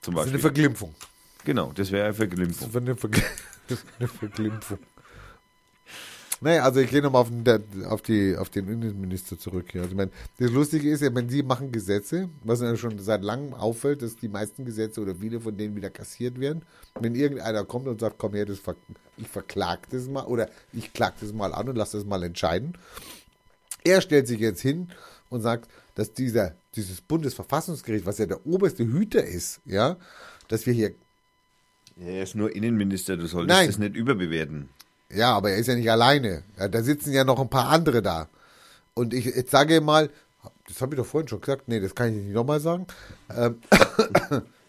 S1: Zum
S2: das ist eine
S1: Beispiel.
S2: Verglimpfung.
S1: Genau, das wäre ja
S2: Das
S1: Verglimpfung.
S2: ist eine, Vergl das ist eine Verglimpfung. Naja, also ich gehe nochmal auf, den- auf, die, auf den Innenminister zurück hier. Also ich meine, das Lustige ist ja, wenn die machen Gesetze, was ja schon seit langem auffällt, dass die meisten Gesetze oder viele von denen wieder kassiert werden. Wenn irgendeiner kommt und sagt, komm her, das ver ich verklag das mal oder ich klag das mal an und lass das mal entscheiden. Er stellt sich jetzt hin und sagt, dass dieser, dieses Bundesverfassungsgericht, was ja der oberste Hüter ist, ja, dass wir hier
S1: Er ist nur Innenminister, du solltest
S2: Nein.
S1: das nicht überbewerten.
S2: Ja, aber er ist ja nicht alleine. Ja, da sitzen ja noch ein paar andere da. Und ich jetzt sage mal, das habe ich doch vorhin schon gesagt, nee, das kann ich nicht nochmal sagen. Ähm,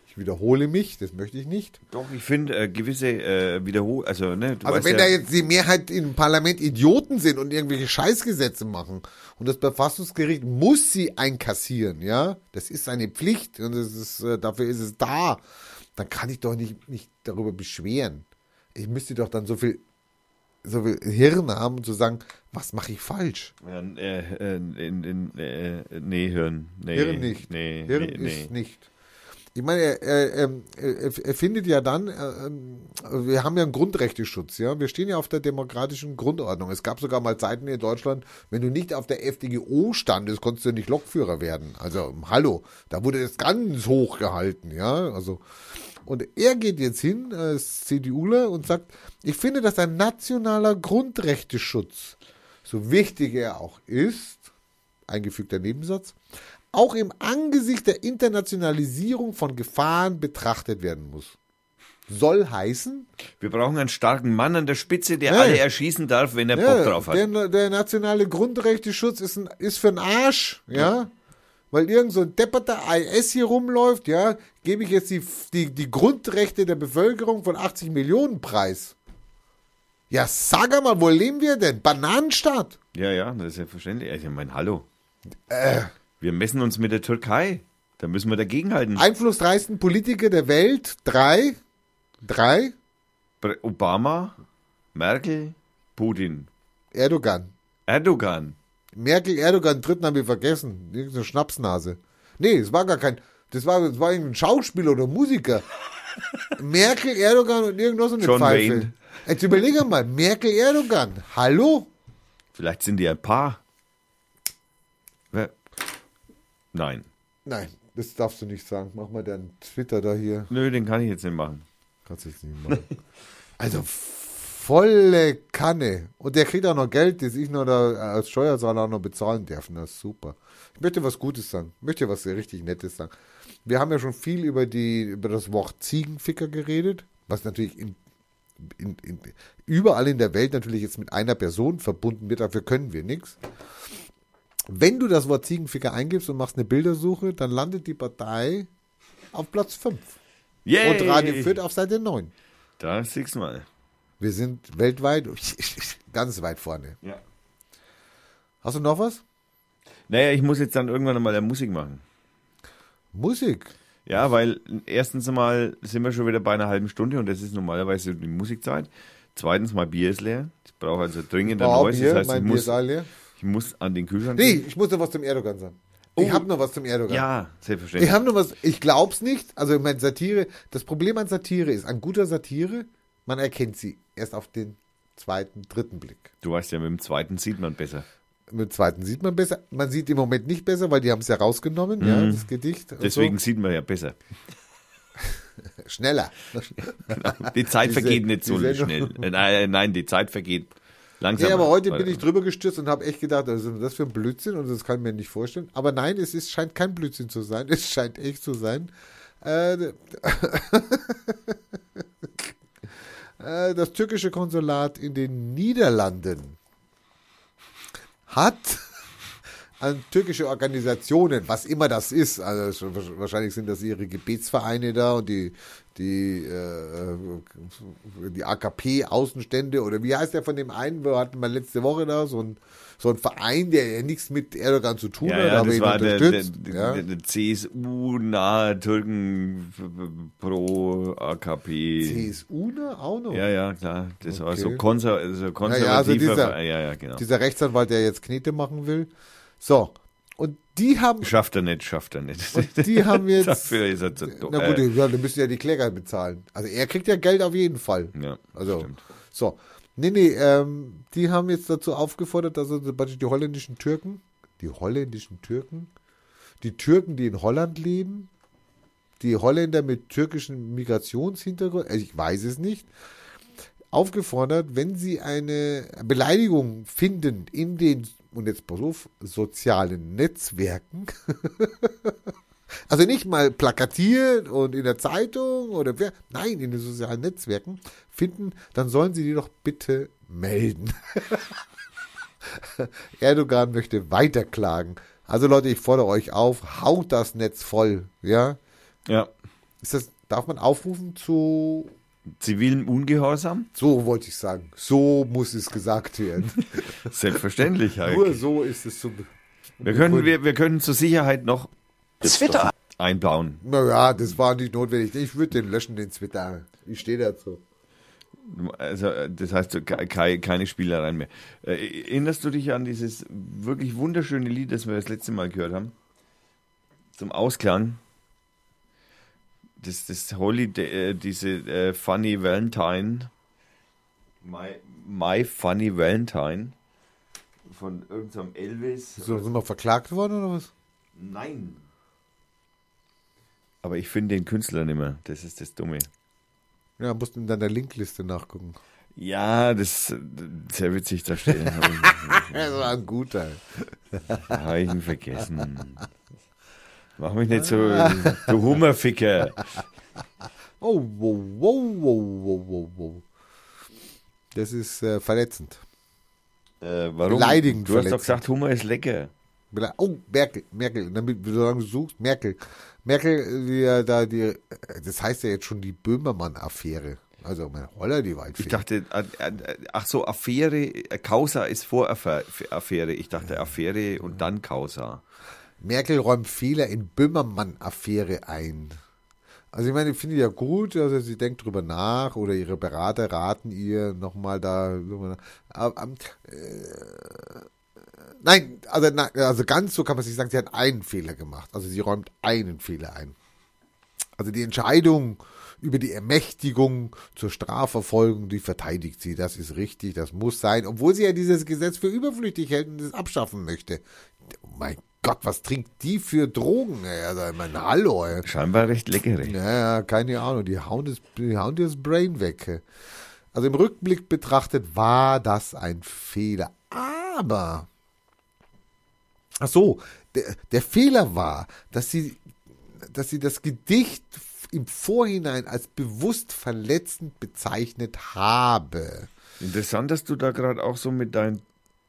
S2: ich wiederhole mich, das möchte ich nicht.
S1: Doch, ich finde äh, gewisse äh, Wiederholungen, also ne, du
S2: Also
S1: weißt
S2: wenn
S1: ja,
S2: da jetzt die Mehrheit im Parlament Idioten sind und irgendwelche Scheißgesetze machen und das Verfassungsgericht muss sie einkassieren, ja, das ist seine Pflicht und das ist, äh, dafür ist es da, dann kann ich doch nicht mich darüber beschweren. Ich müsste doch dann so viel, so viel Hirn haben, um zu sagen, was mache ich falsch?
S1: Ja, äh, äh, in, in, äh, nee, hören. Nee,
S2: Hirn nicht.
S1: Nee,
S2: Hirn
S1: nee, nee.
S2: ist nicht. Ich meine, er, er, ähm, er, er findet ja dann, äh, ähm, wir haben ja einen Grundrechteschutz, ja. Wir stehen ja auf der demokratischen Grundordnung. Es gab sogar mal Zeiten in Deutschland, wenn du nicht auf der FDGO standest, konntest du nicht Lokführer werden. Also, hallo, da wurde das ganz hoch gehalten, ja. Also, und er geht jetzt hin, äh, als CDUler, und sagt, ich finde, dass ein nationaler Grundrechteschutz, so wichtig er auch ist, eingefügter Nebensatz, auch im Angesicht der Internationalisierung von Gefahren betrachtet werden muss. Soll heißen,
S1: Wir brauchen einen starken Mann an der Spitze, der
S2: Nee.
S1: alle erschießen darf, wenn er Bock
S2: ja,
S1: drauf halt. hat.
S2: der, der nationale Grundrechteschutz ist, ein, ist für einen Arsch, ja. Weil irgend so ein depperter IS hier rumläuft, ja, gebe ich jetzt die, die, die Grundrechte der Bevölkerung von 80 Millionen preis. Ja, sag mal, wo leben wir denn? Bananenstaat?
S1: Ja, ja, das ist ja verständlich. Also, Ich meine, hallo.
S2: Äh.
S1: Wir messen uns mit der Türkei. Da müssen wir dagegenhalten.
S2: Einflussreichsten Politiker der Welt? Drei? Drei?
S1: Bre- Obama, Merkel, Putin,
S2: Erdogan.
S1: Erdogan.
S2: Merkel, Erdogan, dritten haben wir vergessen. Irgendeine Schnapsnase. Nee, es war gar kein. Das war, das war irgendein Schauspieler oder Musiker. Merkel, Erdogan und irgendwas so eine
S1: John
S2: Pfeife.
S1: Wayne.
S2: Jetzt überlege mal, Merkel, Erdogan. Hallo?
S1: Vielleicht sind die ein Paar. Wer- Nein.
S2: Nein, das darfst du nicht sagen. Mach mal deinen Twitter da hier.
S1: Nö, den kann ich jetzt nicht machen.
S2: Kannst jetzt nicht machen. Also volle Kanne. Und der kriegt auch noch Geld, das ich noch da als Steuerzahler auch noch bezahlen darf. Das ist super. Ich möchte was Gutes sagen. Ich möchte was richtig Nettes sagen. Wir haben ja schon viel über, die, über das Wort Ziegenficker geredet, was natürlich in, in, in, überall in der Welt natürlich jetzt mit einer Person verbunden wird. Dafür können wir nichts. Wenn du das Wort Ziegenficker eingibst und machst eine Bildersuche, dann landet die Partei auf Platz 5
S1: Yay!
S2: und Radio Fürth auf Seite 9.
S1: Da siehst du mal.
S2: Wir sind weltweit ganz weit vorne.
S1: Ja.
S2: Hast du noch was?
S1: Naja, ich muss jetzt dann irgendwann mal Musik machen.
S2: Musik.
S1: Ja, weil erstens mal sind wir schon wieder bei einer halben Stunde und das ist normalerweise die Musikzeit. Zweitens, mein Bier ist leer. Ich brauche also dringend ein
S2: Oh,
S1: neues.
S2: Bier,
S1: Das heißt, ich
S2: mein Bier ist
S1: muss,
S2: all leer.
S1: ich muss an den Kühlschrank.
S2: Nee,
S1: gehen.
S2: ich muss noch was zum Erdogan sagen.
S1: Oh.
S2: Ich habe noch was zum Erdogan.
S1: Ja,
S2: Ich
S1: selbstverständlich.
S2: habe noch was. Ich glaub's nicht. Also ich meine Satire. Das Problem an Satire ist, an guter Satire, man erkennt sie erst auf den zweiten, dritten Blick.
S1: Du weißt ja, mit dem zweiten sieht man besser.
S2: Mit dem zweiten sieht man besser. Man sieht im Moment nicht besser, weil die haben es ja rausgenommen, ja, das Gedicht. und
S1: Mhm. Deswegen sieht man ja besser.
S2: so. schneller.
S1: Die Zeit
S2: Die Se-
S1: vergeht nicht so
S2: die Sendung.
S1: schnell. Äh, Nein, nein, die Zeit vergeht langsam.
S2: Nee, aber heute bin ich drüber gestürzt und habe echt gedacht, also, was ist denn das für ein Blödsinn und das kann ich mir nicht vorstellen. Aber nein, es ist, scheint kein Blödsinn zu sein, es scheint echt zu sein. Äh, d- äh, das türkische Konsulat in den Niederlanden hat an türkische Organisationen, was immer das ist, also es- wahrscheinlich sind das ihre Gebetsvereine da und die die äh, die AKP Außenstände oder wie heißt der von dem einen, wir hatten mal letzte Woche da so ein so ein Verein, der ja nichts mit Erdogan zu tun
S1: Ja,
S2: hat,
S1: ja,
S2: aber
S1: das
S2: ihn
S1: war der, der,
S2: unterstützt.
S1: der,
S2: ja.
S1: der CSU-nahe Türken f- f- pro AKP.
S2: CSU ne? auch noch.
S1: Ja, ja, klar. Das war
S2: Okay.
S1: so, konser so konservativer.
S2: Ja, ja, also dieser-
S1: Verein. ja, ja, genau.
S2: Dieser Rechtsanwalt, der jetzt Knete machen will. So, und die haben
S1: Schafft er nicht, schafft er nicht.
S2: die haben jetzt
S1: Dafür ist er zu doof.
S2: Na gut,
S1: äh,
S2: ja, dann müssen ja die Kläger bezahlen. Also er kriegt ja Geld auf jeden Fall.
S1: ja,
S2: Also,
S1: Hm, stimmt.
S2: so. Nee, nee, ähm, die haben jetzt dazu aufgefordert, dass also beispielsweise die holländischen Türken, die holländischen Türken, die Türken, die in Holland leben, die Holländer mit türkischem Migrationshintergrund, also ich weiß es nicht, aufgefordert, wenn sie eine Beleidigung finden in den, und jetzt pass auf, sozialen Netzwerken, also nicht mal plakatiert und in der Zeitung oder wer, nein, in den sozialen Netzwerken finden, dann sollen sie die doch bitte melden. Erdogan möchte weiterklagen. Also Leute, ich fordere euch auf, haut das Netz voll, ja?
S1: Ja.
S2: Ist das, darf man aufrufen zu,
S1: Zivilen Ungehorsam?
S2: so wollte ich sagen, so muss es gesagt werden.
S1: Selbstverständlich,
S2: Nur
S1: Heike.
S2: so ist es zu, be-
S1: Wir können, wir, wir können zur Sicherheit noch
S3: Twitter.
S1: einbauen.
S2: naja, das war nicht notwendig. Ich würde den löschen, den Twitter. Ich stehe dazu.
S1: Also, äh, das heißt, ke- ke- keine Spielereien mehr. Äh, Erinnerst du dich an dieses wirklich wunderschöne Lied, das wir das letzte Mal gehört haben? Zum Ausklang. Das, das Holiday, äh, diese äh, Funny Valentine. My, My Funny Valentine. Von irgendeinem Elvis.
S2: So, sind wir verklagt worden oder was?
S1: Nein. Aber ich finde den Künstler nicht mehr. Das ist das Dumme.
S2: Ja, musst in deiner Linkliste nachgucken.
S1: Ja, das äh, sehr witzig da stehen.
S2: Das war ein guter.
S1: Habe ich ihn vergessen. Mach mich nicht so, du Hummerficker.
S2: Oh, wow, wow, wow, wow, wow, wow. Das ist äh, verletzend.
S1: Äh, warum?
S2: Beleidigend
S1: Du hast doch
S2: verletzend.
S1: gesagt, Hummer ist lecker.
S2: Bele- Oh, Merkel, Merkel, damit du lange suchst, Merkel. Merkel, die ja da die, äh, das heißt ja jetzt schon die Böhmermann-Affäre. Also mein Holler, die Waldfee.
S1: Ich dachte, äh, äh, ach so, Affäre, äh, Causa ist vor Affa- Affäre. Ich dachte Affäre und dann Causa.
S2: Merkel räumt Fehler in Böhmermann-Affäre ein. Also ich meine, ich finde ja gut, also sie denkt drüber nach oder ihre Berater raten ihr nochmal da. Aber, ähm, äh, nein, also, na, also ganz so kann man es nicht sagen, sie hat einen Fehler gemacht. Also sie räumt einen Fehler ein. Also die Entscheidung über die Ermächtigung zur Strafverfolgung, die verteidigt sie. Das ist richtig, das muss sein, obwohl sie ja dieses Gesetz für überflüchtig hält und es abschaffen möchte. Oh mein Gott, was trinkt die für Drogen? Ey? Also, ich meine, hallo. Ey.
S1: Scheinbar recht leckere.
S2: Ja, ja, keine Ahnung. Die hauen, das, die hauen dir das Brain weg. Also im Rückblick betrachtet war das ein Fehler. Aber. Ach so, der, der Fehler war, dass sie, dass sie das Gedicht im Vorhinein als bewusst verletzend bezeichnet habe.
S1: Interessant, dass du da gerade auch so mit dein,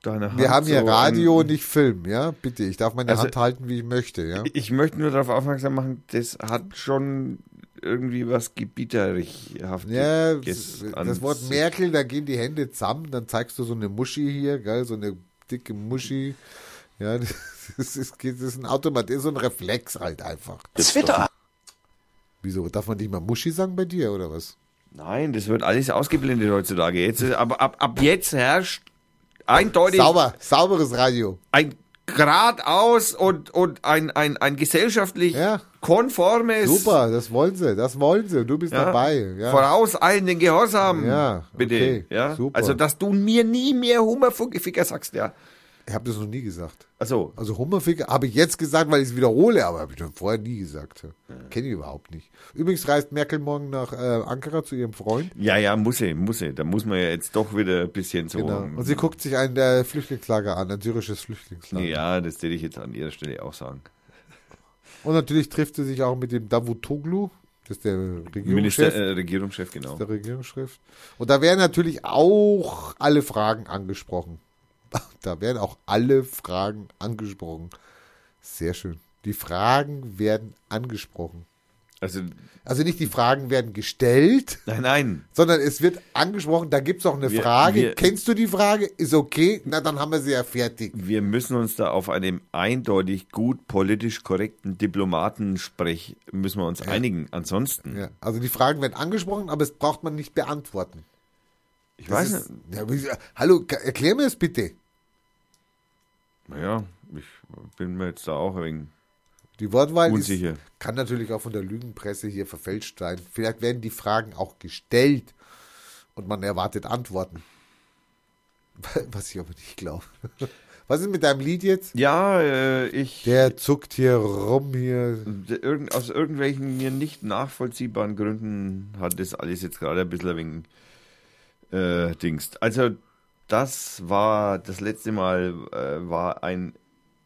S1: deiner Hand
S2: Wir haben hier
S1: so
S2: Radio,
S1: an-
S2: nicht Film, ja? Bitte, ich darf meine
S1: Also-
S2: Hand halten, wie ich möchte, ja?
S1: Ich möchte nur darauf aufmerksam machen, das hat schon irgendwie was Gebieterichhaftes.
S2: Ja,
S1: ges-
S2: das-
S1: an
S2: das Wort
S1: sich.
S2: Merkel, da gehen die Hände zusammen, dann zeigst du so eine Muschi hier, geil, so eine dicke Muschi. Ja, das ist, das geht- das ist ein Automat, ist so ein Reflex halt einfach.
S3: Twitter.
S2: Wieso? Darf man nicht mal Muschi sagen bei dir oder was?
S1: Nein, das wird alles ausgeblendet heutzutage. Jetzt, ist- aber ab, ab jetzt herrscht eindeutig
S2: Sauber, sauberes Radio.
S1: ein geradeaus und, und ein, ein, ein gesellschaftlich
S2: Ja.
S1: konformes,
S2: Super, das wollen sie, das wollen sie. Du bist
S1: ja,
S2: dabei. Ja.
S1: vorauseilenden Gehorsam.
S2: Ja,
S1: bitte.
S2: okay,
S1: ja?
S2: super.
S1: Also, dass du mir nie mehr Hummerfuckificker sagst, ja.
S2: Ich habe das noch nie gesagt.
S1: Also,
S2: Also Hummerficke habe ich jetzt gesagt, weil ich es wiederhole, aber habe ich schon vorher nie gesagt. Ja. Kenne ich überhaupt nicht. Übrigens reist Merkel morgen nach äh, Ankara zu ihrem Freund.
S1: ja, ja, muss ich, muss ich. Da muss man ja jetzt doch wieder ein bisschen so.
S2: Genau. Und sie guckt sich ein äh, Flüchtlingslager an, ein syrisches Flüchtlingslager.
S1: Ja, das würde ich jetzt an ihrer Stelle auch sagen.
S2: Und natürlich trifft sie sich auch mit dem Davutoglu, das ist der
S1: Minister,
S2: Regierungschef.
S1: äh, Regierungschef, genau.
S2: der Regierungschef. Und da werden natürlich auch alle Fragen angesprochen. Da werden auch alle Fragen angesprochen. Sehr schön. Die Fragen werden angesprochen.
S1: Also,
S2: Also nicht die Fragen werden gestellt,
S1: nein, nein.
S2: sondern es wird angesprochen, da gibt es auch eine
S1: Wir-
S2: Frage.
S1: wir-
S2: Kennst du die Frage? Ist okay? Na, dann haben wir sie ja fertig.
S1: Wir müssen uns da auf einem eindeutig gut politisch korrekten Diplomatensprech müssen wir uns einigen. Ansonsten,
S2: Ja, also die Fragen werden angesprochen, aber es braucht man nicht beantworten.
S1: ich
S2: Das
S1: weiß
S2: ist,
S1: nicht.
S2: ja, wie- hallo, ka- erklär mir das bitte.
S1: Naja, ich bin mir jetzt da auch wegen.
S2: Die Wortwahl
S1: Unsicher.
S2: Ist, kann natürlich auch von der Lügenpresse hier verfälscht sein. Vielleicht werden die Fragen auch gestellt und man erwartet Antworten. Was ich aber nicht glaube. Was ist mit deinem Lied jetzt?
S1: Ja, äh, ich.
S2: Der zuckt hier rum hier.
S1: d- irgend- aus irgendwelchen mir nicht nachvollziehbaren Gründen hat das alles jetzt gerade ein bisschen ein wenig äh, Dings. Also, das war das letzte Mal, äh, war ein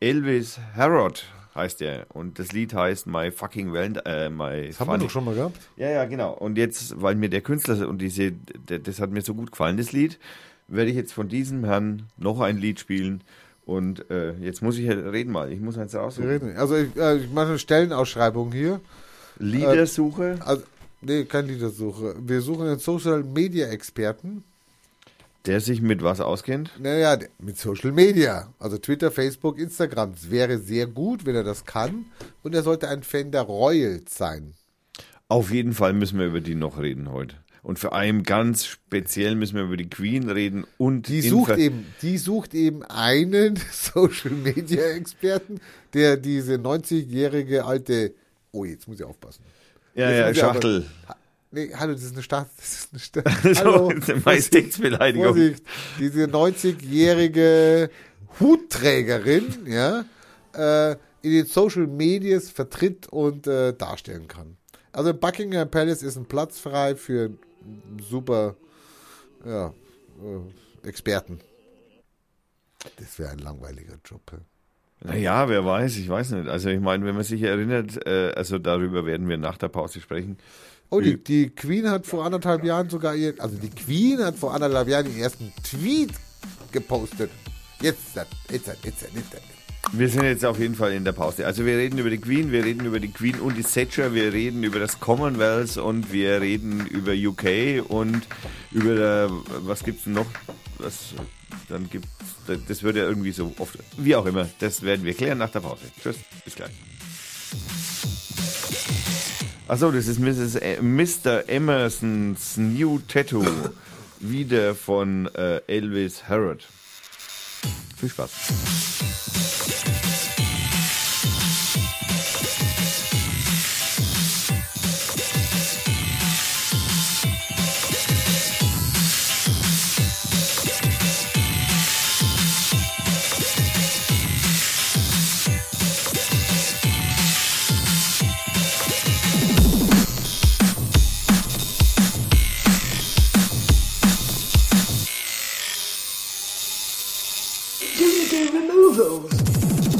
S1: Elvis Harrod, heißt er. Und das Lied heißt My Fucking Valentine. Äh, My
S2: Das haben wir
S1: Funny-
S2: doch schon mal gehabt.
S1: ja, ja, genau. Und jetzt, weil mir der Künstler und diese, d- das hat mir so gut gefallen, das Lied, werde ich jetzt von diesem Herrn noch ein Lied spielen. Und äh, jetzt muss ich halt reden mal. Ich muss jetzt
S2: Wir
S1: raussuchen.
S2: reden. Also ich, äh, ich mache eine Stellenausschreibung hier.
S1: Liedersuche.
S2: Also, nee, keine Liedersuche. Wir suchen einen Social Media Experten.
S1: Der sich mit was auskennt?
S2: Naja, d- mit Social Media. Also Twitter, Facebook, Instagram. Es wäre sehr gut, wenn er das kann. Und er sollte ein Fan der Royals sein.
S1: Auf jeden Fall müssen wir über die noch reden heute. Und vor allem ganz speziell müssen wir über die Queen reden und
S2: Die
S1: in
S2: sucht
S1: Ver-
S2: eben, die sucht eben einen Social Media Experten, der diese 90-jährige alte. Oh, jetzt muss ich aufpassen.
S1: ja,
S2: Jetzt
S1: ja,
S2: muss ich aber-
S1: Schachtel.
S2: Ha- Nee, hallo, das ist eine Stadt. Das ist eine Stadt.
S1: So,
S2: Hallo,
S1: Majestätsbeleidigung.
S2: Vorsicht. Diese 90-jährige Hutträgerin, ja, äh, in den Social Medias vertritt und äh, darstellen kann. Also Buckingham Palace ist ein Platz frei für einen super ja, äh, Experten. Das wäre ein langweiliger Job. ja.
S1: Naja, wer weiß, ich weiß nicht. Also ich meine, wenn man sich erinnert, äh, also darüber werden wir nach der Pause sprechen.
S2: Oh, die, die Queen hat vor anderthalb Jahren sogar ihren, also die Queen hat vor anderthalb Jahren ihren ersten Tweet gepostet. Jetzt, dann, jetzt, dann, jetzt, dann, jetzt. dann.
S1: Wir sind jetzt auf jeden Fall in der Pause. Also wir reden über die Queen, wir reden über die Queen und die Thatcher, wir reden über das Commonwealth und wir reden über UK und über der, was gibt's denn noch? Was dann gibt's das wird ja irgendwie so oft. Wie auch immer, das werden wir klären nach der Pause. Tschüss, bis gleich. Achso, das ist Mrs. E- Mr. Emersons New Tattoo. Wieder von äh, Elvis Harrod. Viel Spaß.
S3: Do you do remove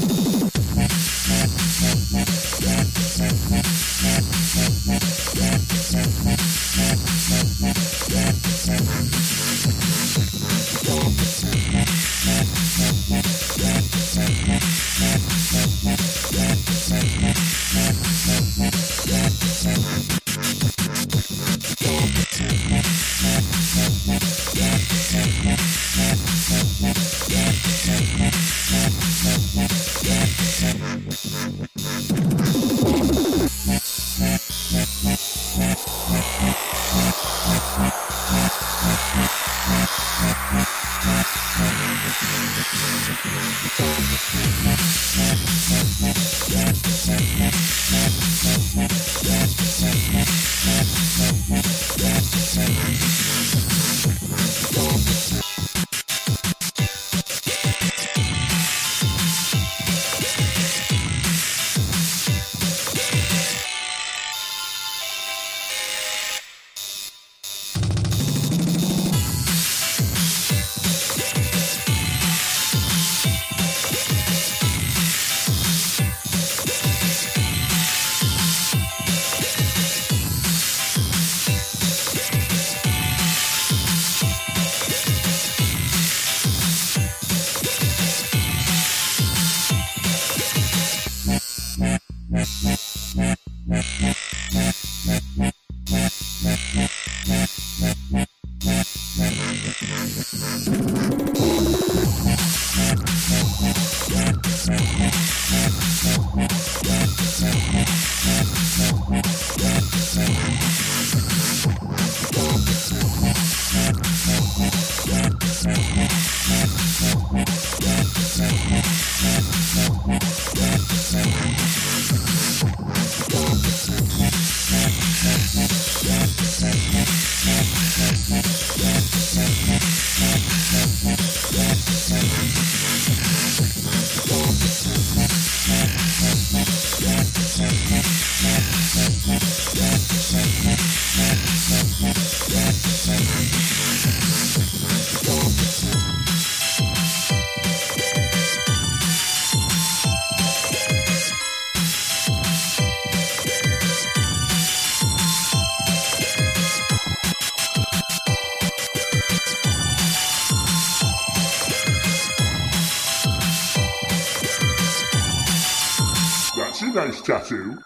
S3: Nice tattoo.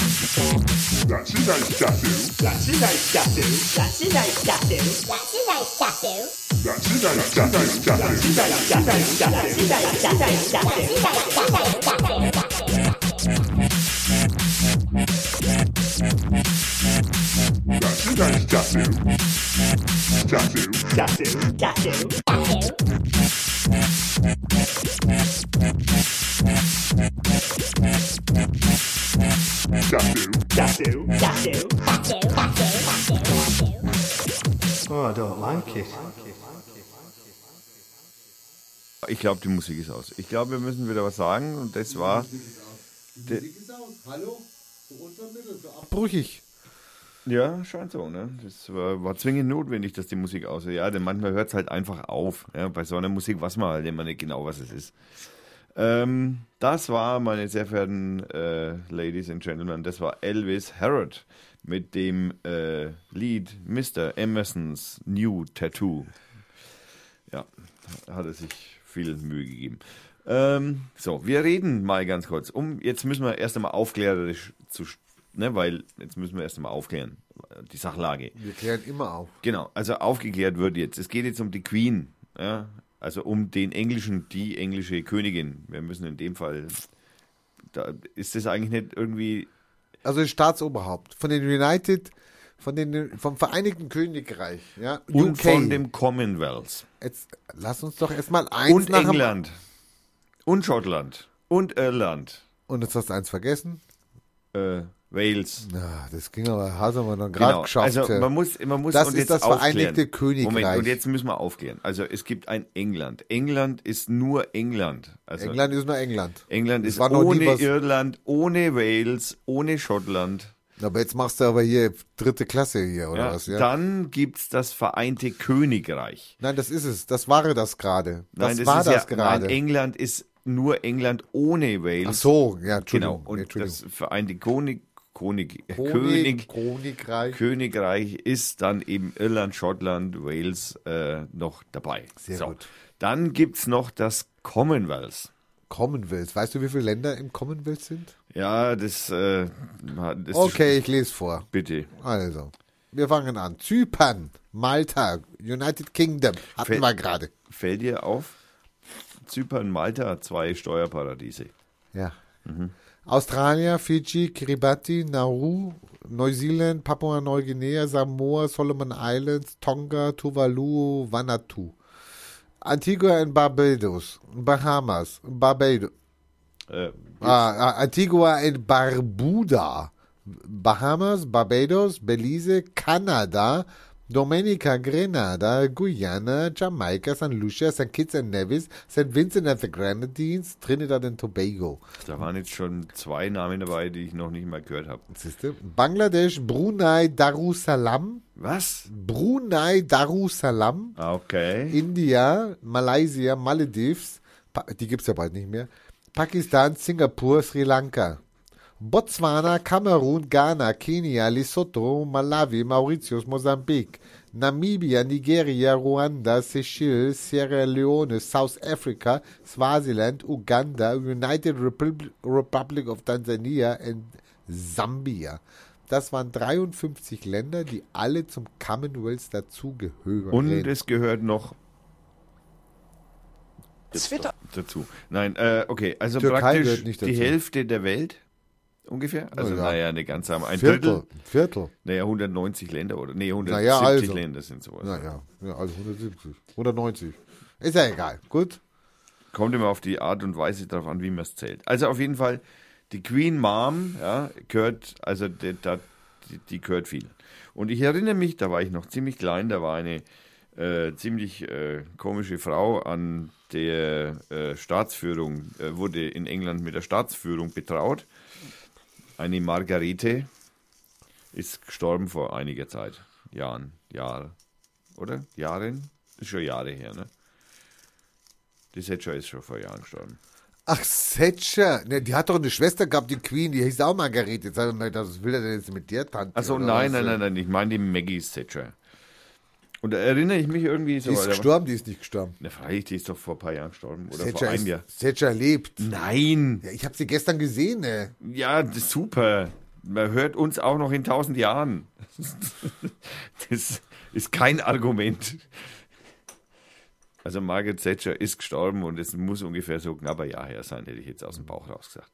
S3: That's a nice tattoo.
S4: That's a nice tattoo. That's a nice tattoo.
S5: That's a nice tattoo.
S3: That's a nice tattoo. Nice tattoo.
S4: Nice tattoo. That's a nice tattoo. Nice tattoo.
S5: That's a nice tattoo. That's a nice tattoo.
S3: That's a nice tattoo. Tattoo.
S4: Tattoo. Tattoo.
S3: Tattoo.
S4: Tattoo. Tattoo.
S5: Tattoo. Tattoo. Tattoo. Tattoo.
S6: Oh, I don't like it.
S1: Ich glaube, die Musik ist aus. Ich glaube, wir müssen wieder was sagen. Und das war.
S2: Hallo? So unvermittelt, so abbrüchig.
S1: Ja, scheint so, ne? Das war, war zwingend notwendig, dass die Musik aus ist. Ja, denn manchmal hört es halt einfach auf. Ja, bei so einer Musik weiß man halt immer nicht genau, was es ist. Ähm, das war, meine sehr verehrten äh, Ladies and Gentlemen, das war Elvis Harrod mit dem äh, Lied Mr. Emerson's New Tattoo. Ja, hat er sich viel Mühe gegeben. Ähm, so, wir reden mal ganz kurz. Um, jetzt müssen wir erst einmal aufklärerisch zu, st- ne, weil jetzt müssen wir erst einmal aufklären, die Sachlage.
S2: Wir klären immer auf.
S1: Genau, also aufgeklärt wird jetzt. Es geht jetzt um die Queen, ja? also um den englischen, die englische Königin. Wir müssen in dem Fall, da ist das eigentlich nicht irgendwie,
S2: Also das Staatsoberhaupt von den United, von den, vom Vereinigten Königreich, ja,
S1: und
S2: UK.
S1: von dem Commonwealth
S2: Jetzt, lass uns doch erstmal eins
S1: und
S2: nach dem-
S1: England und Schottland und Irland,
S2: Und jetzt hast du eins vergessen.
S1: äh, Wales.
S2: Na, das ging aber, hast du aber noch gerade geschafft.
S1: Also
S2: ja.
S1: man muss, man muss
S2: Das
S1: und
S2: ist
S1: jetzt
S2: das
S1: aufklären.
S2: Vereinigte Königreich.
S1: Moment, und jetzt müssen wir aufklären. Also es gibt ein England. England ist nur England. Also
S2: England ist nur England.
S1: England
S2: Es
S1: ist
S2: war noch nie
S1: ohne
S2: was-
S1: Irland, ohne Wales, ohne Schottland.
S2: Aber jetzt machst du aber hier dritte Klasse hier, oder
S1: Ja,
S2: was? Ja?
S1: Dann gibt es das Vereinte Königreich.
S2: Nein, das ist es. Das war das gerade. Das
S1: Nein,
S2: war
S1: ist
S2: das
S1: ja,
S2: gerade.
S1: Nein, England ist nur England ohne Wales.
S2: Ach so, ja, Entschuldigung.
S1: genau. Und
S2: ja, Entschuldigung.
S1: das Vereinte Konig, Konig, König,
S2: König, Königreich.
S1: Königreich ist dann eben Irland, Schottland, Wales äh, noch dabei.
S2: Sehr gut.
S1: Dann gibt es noch das Commonwealth.
S2: Commonwealth. Weißt du, wie viele Länder im Commonwealth sind?
S1: Ja, das, äh, das
S2: Okay, ich lese vor.
S1: Bitte.
S2: Also, wir fangen an. Zypern, Malta, United Kingdom hatten
S1: Fe-
S2: wir gerade.
S1: Fällt dir auf? Zypern, Malta, zwei Steuerparadiese.
S2: Ja. Australier, Fiji, Kiribati, Nauru, Neuseeland, Papua-Neuguinea, Samoa, Solomon Islands, Tonga, Tuvalu, Vanuatu. Antigua and Barbados, Bahamas, Barbados,
S1: Äh,
S2: Ah, ah, Antigua and Barbuda, Bahamas, Barbados, Belize, Kanada, Dominica, Grenada, Guyana, Jamaika, St. Lucia, St. Kitts and Nevis, St. Vincent and the Grenadines, Trinidad and Tobago.
S1: da waren jetzt schon zwei Namen dabei, die ich noch nicht mal gehört habe.
S2: Siehste? Bangladesch, Brunei, Darussalam,
S1: Was?
S2: Brunei, Darussalam,
S1: Okay.
S2: India, Malaysia, Maledives, pa die gibt's ja bald nicht mehr, Pakistan, Singapur, Sri Lanka, Botswana, Kamerun, Ghana, Kenia, Lesotho, Malawi, Mauritius, Mosambik, Namibia, Nigeria, Ruanda, Seychelles, Sierra Leone, South Africa, Swaziland, Uganda, United Repub Republic of Tanzania und Sambia. Das waren 53 Länder, die alle zum Commonwealth dazugehören.
S1: Und es gehört noch
S4: Twitter.
S1: dazu. Nein, äh, okay, also
S2: Türkei
S1: praktisch
S2: gehört nicht
S1: die
S2: dazu. Oh
S1: Hälfte der Welt ungefähr. Also
S2: ja.
S1: naja, eine ganze, ein Drittel.
S2: Viertel. Viertel.
S1: Naja, 190 Länder oder nee, 170
S2: Naja, also.
S1: Länder sind sowas.
S2: Naja, ja, also 170. 190. Ist ja egal. Gut.
S1: Kommt immer auf die Art und Weise drauf an, wie man es zählt. Also auf jeden Fall, die Queen Mom ja, gehört, also die, da- die, die gehört viel. Und ich erinnere mich, da war ich noch ziemlich klein, da war eine äh, ziemlich äh, komische Frau an der äh, Staatsführung, äh, wurde in England mit der Staatsführung betraut. Eine Margarete ist gestorben vor einiger Zeit. Jahren, Jahr, oder? Jahren? Ist schon Jahre her, ne? Die Thatcher ist schon vor Jahren gestorben.
S2: Ach, Thatcher. Ne, die hat doch eine Schwester gehabt, die Queen, die hieß auch Margarete. Jetzt habe ich mir gedacht, was will er denn jetzt mit der Tante?
S1: Also
S2: oder
S1: nein,
S2: was? äh?
S1: nein, nein, nein, ich meine die Maggie Thatcher. Und da erinnere ich mich irgendwie so.
S2: Die ist gestorben, die ist nicht gestorben.
S1: Na, freilich, die ist doch vor ein paar Jahren gestorben. Oder vor
S2: Thatcher,
S1: einem Jahr.
S2: ist, Thatcher lebt.
S1: Nein!
S2: Ja, ich habe sie gestern gesehen, ne? ey.
S1: Ja, das ist super. Man hört uns auch noch in tausend Jahren. Das ist kein Argument. Also Margaret Thatcher ist gestorben und es muss ungefähr so ein knapper Jahr her sein, hätte ich jetzt aus dem Bauch raus gesagt.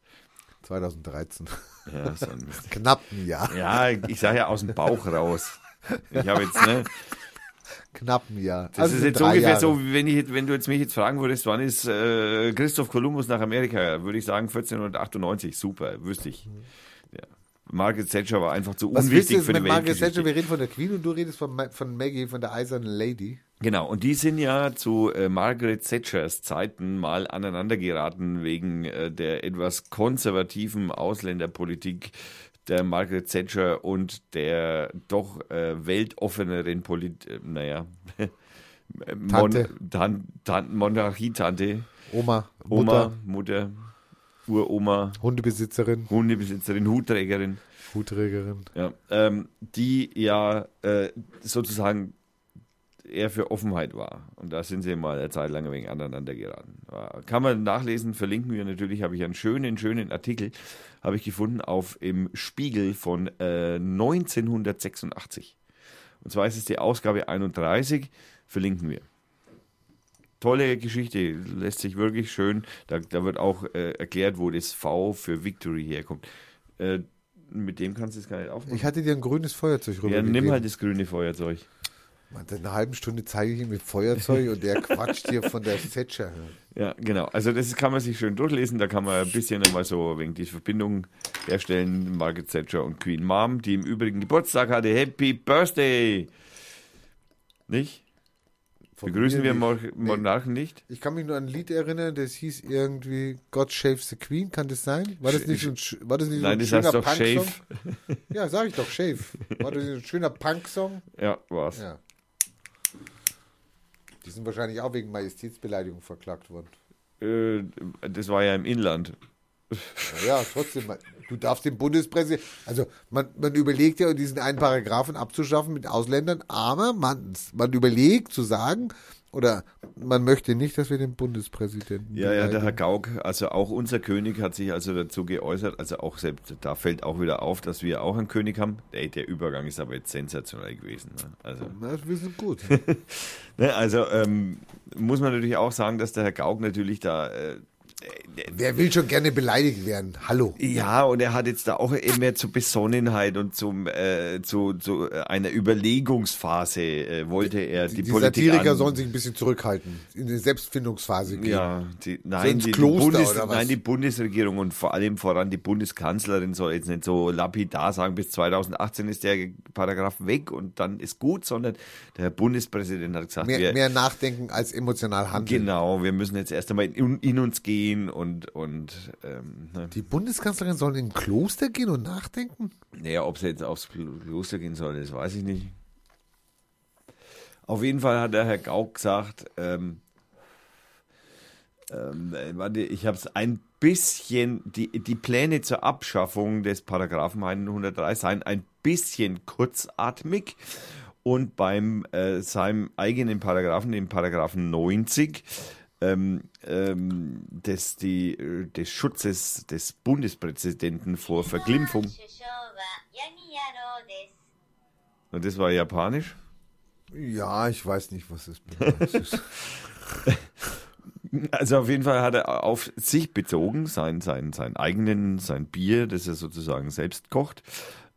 S2: 2013.
S1: Ja, so ein
S2: Knapp ein Jahr.
S1: Ja, ich sage ja aus dem Bauch raus. Ich habe jetzt, ne?
S2: Knapp ein Jahr. Also
S1: Das ist jetzt ungefähr so, wie wenn, ich, jetzt- wenn du jetzt mich jetzt fragen würdest, wann ist äh, Christoph Kolumbus nach Amerika? Würde ich sagen 1498, super, wüsste ich. Ja. Margaret Thatcher war einfach zu
S2: Was willst du
S1: unwichtig
S2: jetzt
S1: für
S2: mit
S1: die
S2: Margaret Thatcher?
S1: Weltgeschichte.
S2: Wir reden von der Queen und du redest von, Ma- von Maggie, von der eisernen Lady.
S1: Genau, und die sind ja zu äh, Margaret Thatchers Zeiten mal aneinander geraten wegen äh, der etwas konservativen Ausländerpolitik der Margaret Thatcher und der doch äh, weltoffeneren Polit... Äh, naja...
S2: Tante.
S1: Mon Tan Tan Monarchie-Tante.
S2: Oma,
S1: Oma,
S2: Mutter,
S1: Mutter, Uroma,
S2: Hundebesitzerin,
S1: Hundebesitzerin, Hutträgerin,
S2: Hutträgerin.
S1: ja, ähm, die ja äh, sozusagen eher für Offenheit war. Und da sind sie mal eine Zeit lang wegen aneinander geraten. War- Kann man nachlesen, verlinken wir natürlich. Habe ich einen schönen, schönen Artikel, habe ich gefunden auf im Spiegel von äh, 1986. Und zwar ist es die Ausgabe 31, verlinken wir. Tolle Geschichte, lässt sich wirklich schön. Da, da wird auch äh, erklärt, wo das V für Victory herkommt. Äh, mit dem kannst du es gar nicht aufmachen.
S2: Ich hatte dir ein grünes Feuerzeug
S1: Ja,
S2: rübergegeben.
S1: nimm halt das grüne Feuerzeug.
S2: Man, seit einer halben Stunde zeige ich ihm mit Feuerzeug und der quatscht hier von der Thatcher.
S1: Ja, genau. Also das kann man sich schön durchlesen. Da kann man ein bisschen einmal so wegen die Verbindung herstellen. Margaret Thatcher und Queen Mom, die im Übrigen Geburtstag hatte. Happy Birthday! Nicht?
S2: Von
S1: Begrüßen wir
S2: mir nicht.
S1: Mor-
S2: Nee.
S1: Monarchen nicht?
S2: Ich kann mich nur an ein Lied erinnern, das hieß irgendwie God Shaves the Queen, kann das sein? War das nicht so ein, sch- war das nicht
S1: Nein, das
S2: so ein
S1: heißt
S2: schöner
S1: doch Shave.
S2: Punk-Song? Ja, sag ich doch, Shave. War das nicht ein schöner Punk-Song?
S1: Ja, war's.
S2: Ja. Die sind wahrscheinlich auch wegen Majestätsbeleidigung verklagt worden.
S1: Äh, das war ja im Inland.
S2: Naja, trotzdem, man- du darfst den Bundespräsidenten, also man, man überlegt ja, diesen einen Paragraphen abzuschaffen mit Ausländern, aber man, man überlegt zu sagen, oder man möchte nicht, dass wir den Bundespräsidenten
S1: Ja, ja, der
S2: beleidigen.
S1: Herr Gauck, also auch unser König hat sich also dazu geäußert, also auch selbst, da fällt auch wieder auf, dass wir auch einen König haben. Ey, der Übergang ist aber jetzt sensationell gewesen. Ne? Also,
S2: Na, wir sind gut.
S1: ne, also ähm, muss man natürlich auch sagen, dass der Herr Gauck natürlich da äh,
S2: Wer will schon gerne beleidigt werden? Hallo.
S1: Ja, und er hat jetzt da auch eben mehr zur Besonnenheit und zum, äh, zu, zu äh, einer Überlegungsphase äh, wollte er die,
S2: Die
S1: Politik
S2: Satiriker
S1: an-
S2: sollen sich ein bisschen zurückhalten, in die Selbstfindungsphase gehen.
S1: ja, die,
S2: So
S1: nein,
S2: ins
S1: die,
S2: Kloster
S1: Bundes,
S2: oder was?
S1: nein, die Bundesregierung und vor allem voran die Bundeskanzlerin soll jetzt nicht so lapidar sagen, bis 2018 ist der Paragraph weg und dann ist gut, sondern der Bundespräsident hat gesagt,
S2: Mehr,
S1: wir,
S2: mehr nachdenken als emotional handeln.
S1: genau, wir müssen jetzt erst einmal in, in uns gehen und, und ähm, ne.
S2: Die Bundeskanzlerin soll in ein Kloster gehen und nachdenken?
S1: Naja, ob sie jetzt aufs Klo- Kloster gehen soll, das weiß ich nicht. Auf jeden Fall hat der Herr Gauck gesagt, ähm, ähm, äh, warte, ich habe es ein bisschen, die, die Pläne zur Abschaffung des Paragraphen 103 seien ein bisschen kurzatmig und beim äh, seinem eigenen Paragraphen, dem Paragraphen 90, ähm, ähm, des, die, äh, des Schutzes des Bundespräsidenten vor Verglimpfung
S5: 首相は闇野郎です。
S1: Und das war japanisch.
S2: Ja, ich weiß nicht, was es bedeutet.
S1: Also auf jeden Fall hat er auf sich bezogen, sein, sein, sein eigenen, sein Bier, das er sozusagen selbst kocht,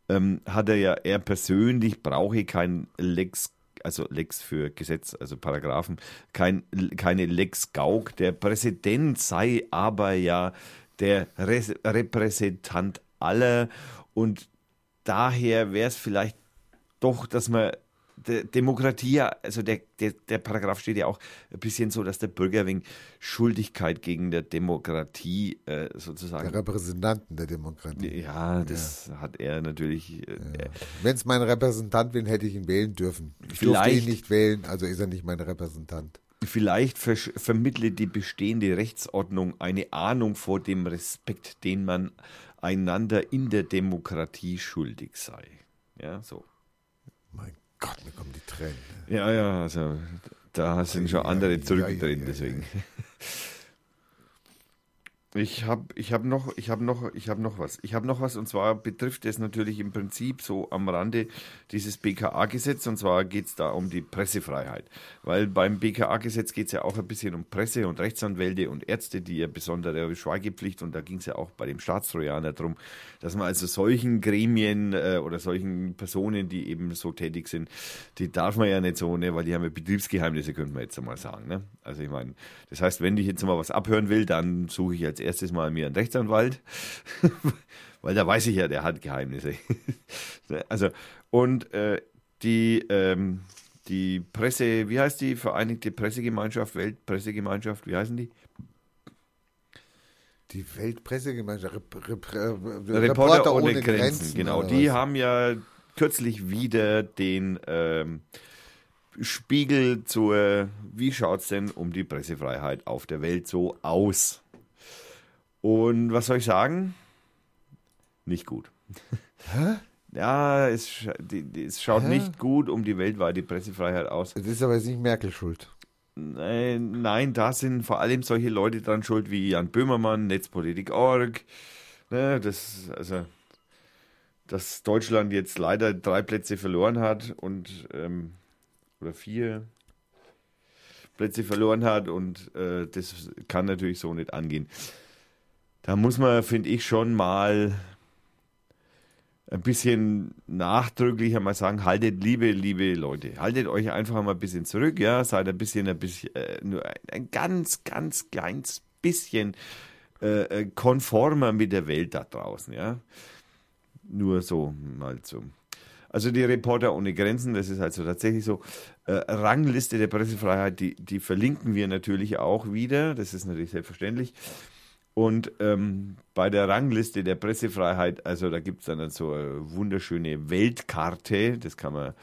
S1: ähm, hat er ja, er persönlich brauche kein Lex, also Lex für Gesetz, also Paragraphen, kein, keine Lex Gauk. Der Präsident sei aber ja der Res- Repräsentant aller und daher wäre es vielleicht doch, dass man de- Demokratie, ja, also der, der, der Paragraph steht ja auch ein bisschen so, dass der Bürger wegen Schuldigkeit gegen der Demokratie äh,
S2: Der
S1: sozusagen.
S2: Repräsentanten der Demokratie.
S1: Ja, das hat er natürlich. Äh,
S2: Wenn es mein Repräsentant wäre, hätte ich ihn wählen dürfen. Ich durfte
S1: Vielleicht-
S2: ihn nicht wählen, also ist er nicht mein Repräsentant.
S1: äh, Vielleicht versch- vermittelt die bestehende Rechtsordnung eine Ahnung vor dem Respekt, den man einander in der Demokratie schuldig sei. Ja, so.
S2: Mein Gott, mir kommen die Tränen.
S1: Ja, ja, also da sind schon
S2: Ja,
S1: andere
S2: ja,
S1: zurückgetreten,
S2: ja, ja,
S1: deswegen. Ich habe ich hab noch, ich hab noch, ich hab noch was. Ich habe noch was und zwar betrifft es natürlich im Prinzip so am Rande dieses BKA-Gesetz und zwar geht es da um die Pressefreiheit. Weil beim BKA-Gesetz geht es ja auch ein bisschen um Presse und Rechtsanwälte und Ärzte, die ja besondere Schweigepflicht und da ging es ja auch bei dem Staatstrojaner darum, dass man also solchen Gremien äh, oder solchen Personen, die eben so tätig sind, die darf man ja nicht so, ne, weil die haben ja Betriebsgeheimnisse, könnte man jetzt mal sagen. Ne? Also ich meine, das heißt, wenn ich jetzt mal was abhören will, dann suche ich als erstes mal mir einen Rechtsanwalt, weil da weiß ich ja, der hat Geheimnisse. Ne, also, und äh, die, ähm, die Presse, wie heißt die? Vereinigte Pressegemeinschaft, Weltpressegemeinschaft, wie heißen die?
S2: Die Weltpressegemeinschaft, Rep, Rep, äh, Rep,
S1: Reporter, ohne, Grenzen, genau.
S2: oder
S1: Die
S2: was?
S1: haben ja kürzlich wieder den ähm, Spiegel zur, wie schaut's denn um die Pressefreiheit auf der Welt so aus? Und was soll ich sagen? Nicht gut. Hä? Ja, es, sch- die, die, es schaut nicht gut um die weltweite Pressefreiheit aus.
S2: Das ist aber jetzt nicht Merkel schuld.
S1: Nein, äh, nein, da sind vor allem solche Leute dran schuld wie Jan Böhmermann, Netzpolitik.org. Ne, das, also, dass Deutschland jetzt leider drei Plätze verloren hat und ähm, oder vier Plätze verloren hat und äh, das kann natürlich so nicht angehen. Da muss man, finde ich, schon mal ein bisschen nachdrücklich einmal sagen, haltet liebe, liebe Leute, haltet euch einfach mal ein bisschen zurück, ja, seid ein bisschen, ein bisschen, äh, nur ein, ein ganz, ganz kleines bisschen äh, äh, konformer mit der Welt da draußen, ja. Nur so mal so. Also die Reporter ohne Grenzen, das ist also tatsächlich so. Äh, Rangliste der Pressefreiheit, die, die verlinken wir natürlich auch wieder, das ist natürlich selbstverständlich. Und ähm, bei der Rangliste der Pressefreiheit, also da gibt es dann so eine wunderschöne Weltkarte, das kann man,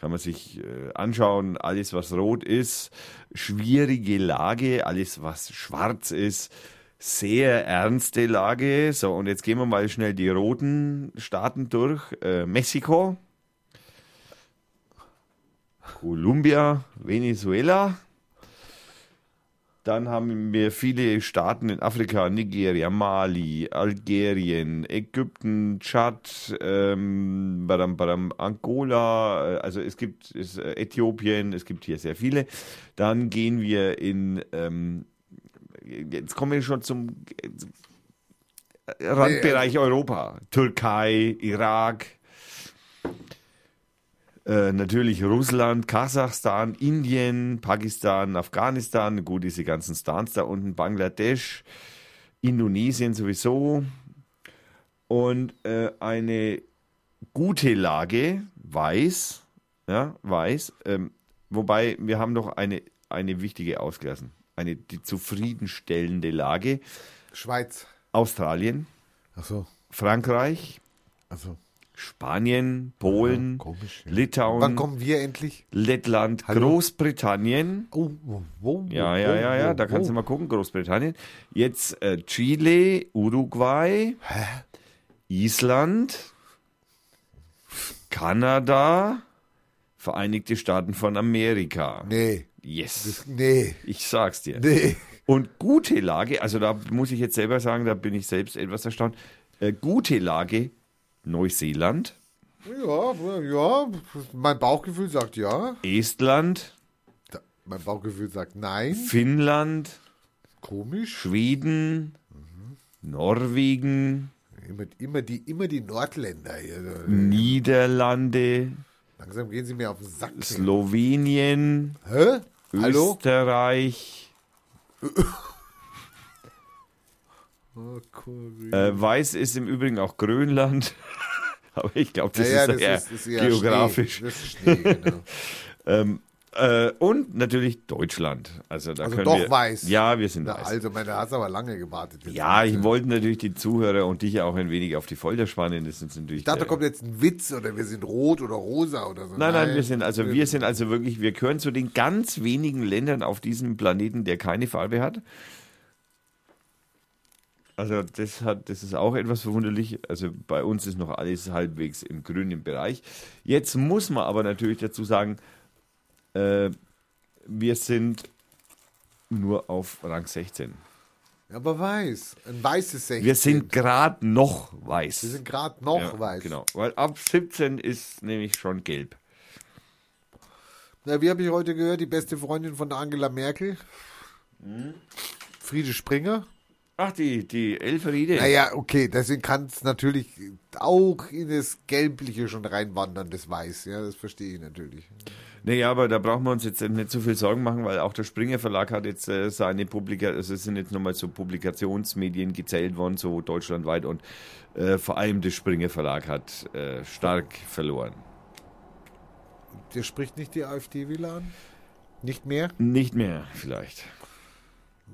S1: kann man sich äh, anschauen. Alles, was rot ist, schwierige Lage, alles, was schwarz ist, sehr ernste Lage. So, und jetzt gehen wir mal schnell die roten Staaten durch. Äh, Mexiko, Kolumbia, Venezuela. Dann haben wir viele Staaten in Afrika, Nigeria, Mali, Algerien, Ägypten, Tschad, ähm, badam, badam, Angola, äh, also es gibt es, äh, Äthiopien, es gibt hier sehr viele. Dann gehen wir in, ähm, jetzt kommen wir schon zum äh, Randbereich Europa, Türkei, Irak, äh, natürlich Russland, Kasachstan, Indien, Pakistan, Afghanistan, gut, diese ganzen Stans da unten, Bangladesch, Indonesien sowieso. Und äh, eine gute Lage, weiß, ja, weiß, ähm, wobei wir haben noch eine, eine wichtige ausgelassen, eine die zufriedenstellende Lage.
S2: Schweiz.
S1: Australien,
S2: Achso,
S1: Frankreich,
S2: also
S1: Spanien, Polen,
S2: komisch. Ja.
S1: Litauen.
S2: Wann kommen wir endlich?
S1: Lettland,
S2: Hallo?
S1: Großbritannien.
S2: Oh, oh, oh,
S1: Ja, ja, ja, ja, da kannst du mal gucken, Großbritannien. Jetzt äh, Chile, Uruguay, Island, Kanada, Vereinigte Staaten von Amerika.
S2: Nee,
S1: Yes,
S2: nee,
S1: ich sag's dir.
S2: nee.
S1: Und gute Lage, also da muss ich jetzt selber sagen, da bin ich selbst etwas erstaunt. Äh, gute Lage, Neuseeland,
S2: Ja, ja, mein Bauchgefühl sagt ja.
S1: Estland,
S2: Da- Mein Bauchgefühl sagt nein.
S1: Finnland,
S2: Komisch.
S1: Schweden,
S2: Mhm.
S1: Norwegen,
S2: Immer, immer, die, immer die Nordländer hier.
S1: Hm. Niederlande,
S2: Langsam gehen sie mir auf den Sack.
S1: Slowenien,
S2: Hä? Hallo?
S1: Österreich.
S2: Oh, cool.
S1: Äh, weiß ist im Übrigen auch Grönland. Aber ich glaube, das
S2: Ja, ja,
S1: ist, eher
S2: eher
S1: geografisch.
S2: Schnee. Das ist Schnee, genau.
S1: Ähm, Äh, und natürlich Deutschland. Also, da
S2: Also
S1: können
S2: doch
S1: wir,
S2: weiß.
S1: Ja, wir sind
S2: Na,
S1: weiß.
S2: also, meine, da hast du aber lange gewartet. Jetzt.
S1: Ja, ich wollte natürlich die Zuhörer und dich auch ein wenig auf die Folter spannen. Das ist natürlich.
S2: Ich dachte, da
S1: der-
S2: kommt jetzt ein Witz oder wir sind rot oder rosa oder so.
S1: Nein, nein, wir sind also wir sind also wirklich, wir gehören zu den ganz wenigen Ländern auf diesem Planeten, der keine Farbe hat. Also das hat, das ist auch etwas verwunderlich. Also bei uns ist noch alles halbwegs im grünen Bereich. Jetzt muss man aber natürlich dazu sagen, äh, wir sind nur auf Rang 16.
S2: Aber weiß. Ein weißes 16.
S1: Wir sind gerade noch
S2: wir
S1: weiß.
S2: sind gerade noch
S1: Ja,
S2: weiß.
S1: Genau, weil ab 17 ist nämlich schon gelb.
S2: Na, wie habe ich heute gehört? Die beste Freundin von der Angela Merkel?
S1: Hm?
S2: Friede Springer?
S1: Ach, die, die Elferide.
S2: Naja, Ah okay, deswegen kann es natürlich auch in das Gelbliche schon reinwandern, das Weiß. Ja, das verstehe ich natürlich.
S1: Naja, aber da brauchen wir uns jetzt nicht so viel Sorgen machen, weil auch der Springer Verlag hat jetzt äh, seine Publikation, also es sind jetzt nochmal so Publikationsmedien gezählt worden, so deutschlandweit und äh, vor allem der Springer Verlag hat äh, stark verloren.
S2: Der spricht nicht die AfD wieder an? Nicht mehr?
S1: Nicht mehr, vielleicht.